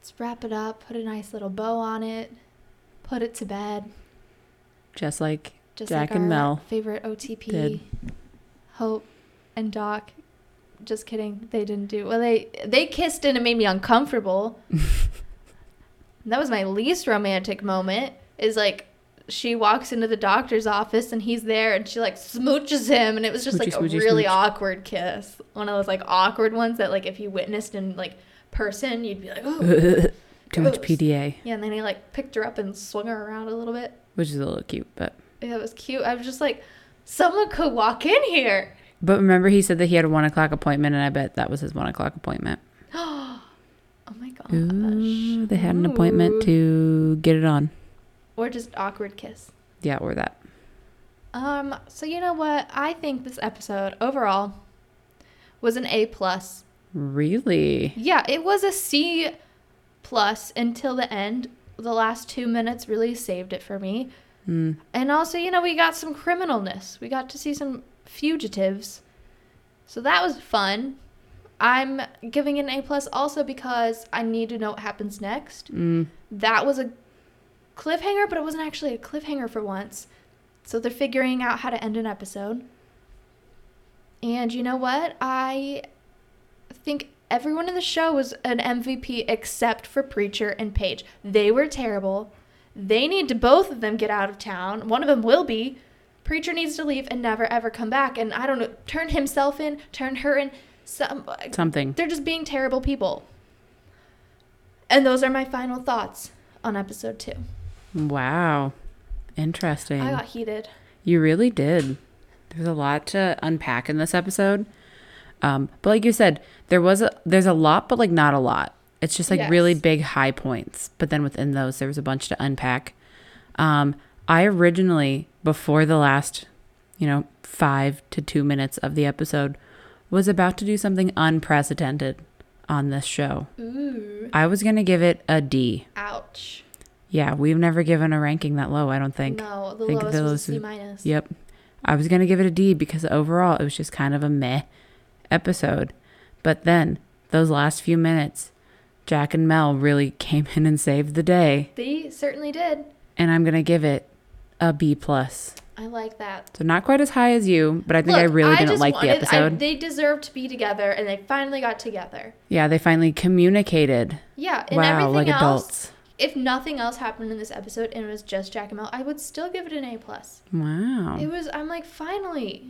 [SPEAKER 1] Let's wrap it up. Put a nice little bow on it. Put it to bed. <laughs>
[SPEAKER 2] Just like
[SPEAKER 1] Just
[SPEAKER 2] Jack
[SPEAKER 1] like
[SPEAKER 2] and
[SPEAKER 1] our
[SPEAKER 2] Mel
[SPEAKER 1] favorite OTP.
[SPEAKER 2] did.
[SPEAKER 1] Hope and Doc. Just kidding. They didn't do well. They they kissed and it made me
[SPEAKER 2] <laughs>
[SPEAKER 1] uncomfortable. that was my least romantic moment. Is like she walks into the doctor's office and he's there and she like smooches him and it was just like
[SPEAKER 2] Smoochy, smoochy,
[SPEAKER 1] a really
[SPEAKER 2] smooch.
[SPEAKER 1] awkward kiss. One of those like awkward ones that like if you witnessed in like person you'd be like oh
[SPEAKER 2] <laughs> too much
[SPEAKER 1] Gross.
[SPEAKER 2] PDA,
[SPEAKER 1] yeah and then he like picked her up and swung her around a little bit.
[SPEAKER 2] which is a little cute, but
[SPEAKER 1] Yeah, it was cute. I was just like someone could walk in here. <gasps>
[SPEAKER 2] but remember he said that he had a one o'clock appointment, and I bet that was his one o'clock appointment.
[SPEAKER 1] oh my gosh.
[SPEAKER 2] Ooh, they had an appointment
[SPEAKER 1] Ooh.
[SPEAKER 2] to get it on.
[SPEAKER 1] Or just awkward kiss.
[SPEAKER 2] Yeah, or that.
[SPEAKER 1] Um, so you know what? I think this episode overall was an A plus.
[SPEAKER 2] Really?
[SPEAKER 1] Yeah, it was a C plus until the end. The last two minutes really saved it for me.
[SPEAKER 2] Hmm.
[SPEAKER 1] And also, you know, we got some criminalness. We got to see some fugitives. So that was fun. I'm giving it an A plus also because I need to know what happens next.
[SPEAKER 2] Mm.
[SPEAKER 1] that was a cliffhanger, but it wasn't actually a cliffhanger for once. So they're figuring out how to end an episode. And you know what? I think everyone in the show was an MVP except for Preacher and Paige. They were terrible. They need to both of them get out of town. One of them will be. Preacher needs to leave and never ever come back. And I don't know, turn himself in, turn her in. Some,
[SPEAKER 2] Something.
[SPEAKER 1] they're just being terrible people. And those are my final thoughts on episode two.
[SPEAKER 2] Wow. Interesting.
[SPEAKER 1] I got heated.
[SPEAKER 2] You really did. There's a lot to unpack in this episode. Um, but like you said, there was a there's a lot, but like not a lot. It's just like really
[SPEAKER 1] Yes.
[SPEAKER 2] big high points. But then within those, there was a bunch to unpack. Um, I originally, before the last, you know, five to two minutes of the episode, was about to do something unprecedented on this show.
[SPEAKER 1] Ooh.
[SPEAKER 2] I was gonna give it a D.
[SPEAKER 1] Ouch.
[SPEAKER 2] Yeah, we've never given a ranking that low. I don't think.
[SPEAKER 1] no, the
[SPEAKER 2] think
[SPEAKER 1] lowest
[SPEAKER 2] the
[SPEAKER 1] was a
[SPEAKER 2] lowest
[SPEAKER 1] C
[SPEAKER 2] is-
[SPEAKER 1] minus.
[SPEAKER 2] Yep. I was going to give it a D because overall it was just kind of a meh episode. But then those last few minutes, Jack and Mel really <laughs> came in and saved the day.
[SPEAKER 1] They certainly did.
[SPEAKER 2] And I'm going to give it a B plus.
[SPEAKER 1] I like that.
[SPEAKER 2] So not quite as high as you, but I think I really didn't
[SPEAKER 1] just
[SPEAKER 2] like
[SPEAKER 1] wanted- I-
[SPEAKER 2] the episode.
[SPEAKER 1] they deserved to be together, and they finally got together.
[SPEAKER 2] yeah, they finally communicated.
[SPEAKER 1] Yeah, and
[SPEAKER 2] Wow,
[SPEAKER 1] everything
[SPEAKER 2] like
[SPEAKER 1] else.
[SPEAKER 2] adults.
[SPEAKER 1] If nothing else happened in this episode and it was just Jack and Mel, I would still give it an A plus.
[SPEAKER 2] Wow.
[SPEAKER 1] It was. I'm like, finally,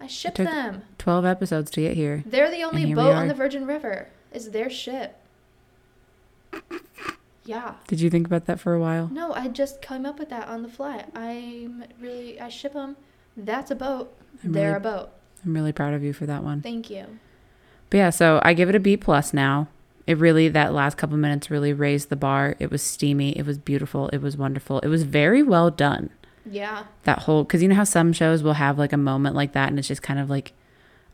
[SPEAKER 1] I shipped
[SPEAKER 2] Um. took-
[SPEAKER 1] them.
[SPEAKER 2] 12 episodes to get here.
[SPEAKER 1] They're the only
[SPEAKER 2] here we
[SPEAKER 1] boat on
[SPEAKER 2] are.
[SPEAKER 1] the Virgin River. Is their ship. Yeah.
[SPEAKER 2] Did you think about that for a while?
[SPEAKER 1] No, I just came up with that on the fly. I'm really I ship them. That's a boat.
[SPEAKER 2] I'm
[SPEAKER 1] They're
[SPEAKER 2] really-
[SPEAKER 1] a boat.
[SPEAKER 2] I'm really proud of you for that one.
[SPEAKER 1] Thank you.
[SPEAKER 2] But yeah, so I give it a B plus now. It really that last couple minutes really raised the bar. It was steamy. It was beautiful. It was wonderful. It was very well done.
[SPEAKER 1] Yeah.
[SPEAKER 2] That whole because you know how some shows will have like a moment like that and it's just kind of like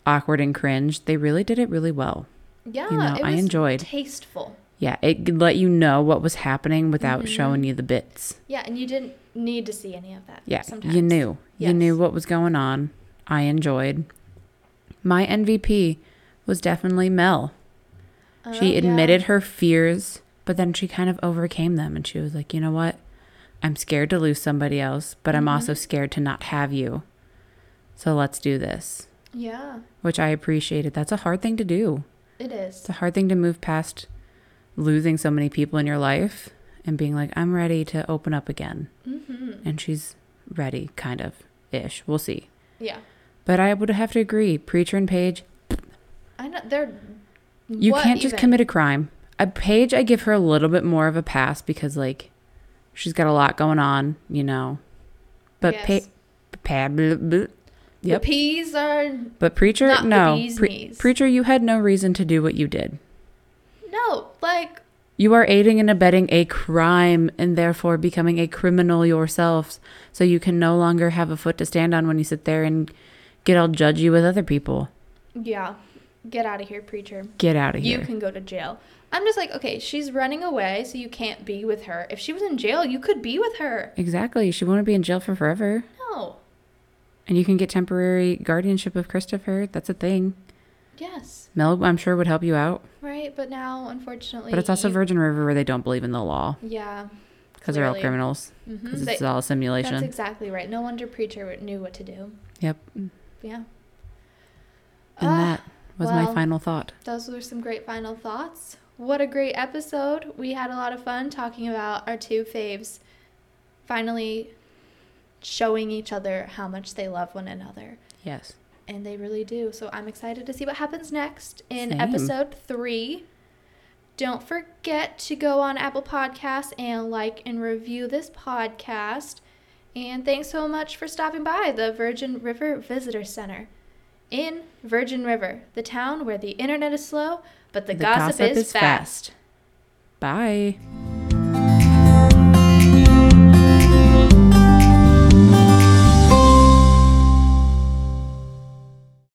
[SPEAKER 2] awkward and cringe. They really did it really well.
[SPEAKER 1] Yeah.
[SPEAKER 2] You know,
[SPEAKER 1] it
[SPEAKER 2] I
[SPEAKER 1] was
[SPEAKER 2] enjoyed.
[SPEAKER 1] Tasteful.
[SPEAKER 2] Yeah, it could let you know what was happening without
[SPEAKER 1] Mm-hmm.
[SPEAKER 2] showing you the bits.
[SPEAKER 1] Yeah, and you didn't need to see any of that.
[SPEAKER 2] Yeah,
[SPEAKER 1] Sometimes.
[SPEAKER 2] you knew. You
[SPEAKER 1] Yes.
[SPEAKER 2] knew what was going on. I enjoyed. My MVP was definitely Mel.
[SPEAKER 1] Uh,
[SPEAKER 2] She
[SPEAKER 1] yeah.
[SPEAKER 2] admitted her fears, but then she kind of overcame them and she was like, you know what? I'm scared to lose somebody else, but I'm also scared to not have you. So let's do this,
[SPEAKER 1] Yeah.
[SPEAKER 2] which I appreciated. That's a hard thing to do.
[SPEAKER 1] It is.
[SPEAKER 2] It's a hard thing to move past losing so many people in your life and being like, I'm ready to open up again.
[SPEAKER 1] Mhm.
[SPEAKER 2] And she's ready, kind of ish. We'll see.
[SPEAKER 1] Yeah.
[SPEAKER 2] But I would have to agree, Preacher and Paige,
[SPEAKER 1] I know they're
[SPEAKER 2] You
[SPEAKER 1] what
[SPEAKER 2] can't just
[SPEAKER 1] even?
[SPEAKER 2] commit a crime. A page, I give her a little bit more of a pass because like she's got a lot going on, you know. But
[SPEAKER 1] Yes.
[SPEAKER 2] pa- pa- blah, blah.
[SPEAKER 1] The
[SPEAKER 2] Yep.
[SPEAKER 1] peas are
[SPEAKER 2] But preacher,
[SPEAKER 1] Not the
[SPEAKER 2] no,
[SPEAKER 1] bee's knees.
[SPEAKER 2] preacher, you had no reason to do what you did.
[SPEAKER 1] no like
[SPEAKER 2] You are aiding and abetting a crime and therefore becoming a criminal yourselves. So you can no longer have a foot to stand on when you sit there and get all judgy with other people.
[SPEAKER 1] yeah. Get out of here, preacher.
[SPEAKER 2] Get out of
[SPEAKER 1] You
[SPEAKER 2] here.
[SPEAKER 1] can go to jail. I'm just like, okay, she's running away, so you can't be with her. If she was in jail, you could be with her.
[SPEAKER 2] exactly. She won't be in jail for forever.
[SPEAKER 1] No.
[SPEAKER 2] And you can get temporary guardianship of Christopher. That's a thing.
[SPEAKER 1] Yes.
[SPEAKER 2] Mel, I'm sure, would help you out.
[SPEAKER 1] Right, but now unfortunately
[SPEAKER 2] But it's also
[SPEAKER 1] you-
[SPEAKER 2] Virgin River where they don't believe in the law
[SPEAKER 1] Yeah.
[SPEAKER 2] because they're all
[SPEAKER 1] clearly.
[SPEAKER 2] criminals.
[SPEAKER 1] Mhm,
[SPEAKER 2] Because
[SPEAKER 1] they-
[SPEAKER 2] it's all a simulation.
[SPEAKER 1] That's exactly right. No wonder preacher knew what to do.
[SPEAKER 2] Yep.
[SPEAKER 1] Yeah.
[SPEAKER 2] And
[SPEAKER 1] Ah,
[SPEAKER 2] that was my
[SPEAKER 1] well.
[SPEAKER 2] final thought.
[SPEAKER 1] those were some great final thoughts. What a great episode. We had a lot of fun talking about our two faves finally showing each other how much they love one another.
[SPEAKER 2] Yes.
[SPEAKER 1] And they really do. So I'm excited to see what happens next in
[SPEAKER 2] Same.
[SPEAKER 1] episode three. Don't forget to go on Apple Podcasts and like and review this podcast. And thanks so much for stopping by the Virgin River Visitor Center in Virgin River, the town where the internet is slow, but the, gossip, is, fast.
[SPEAKER 2] Bye.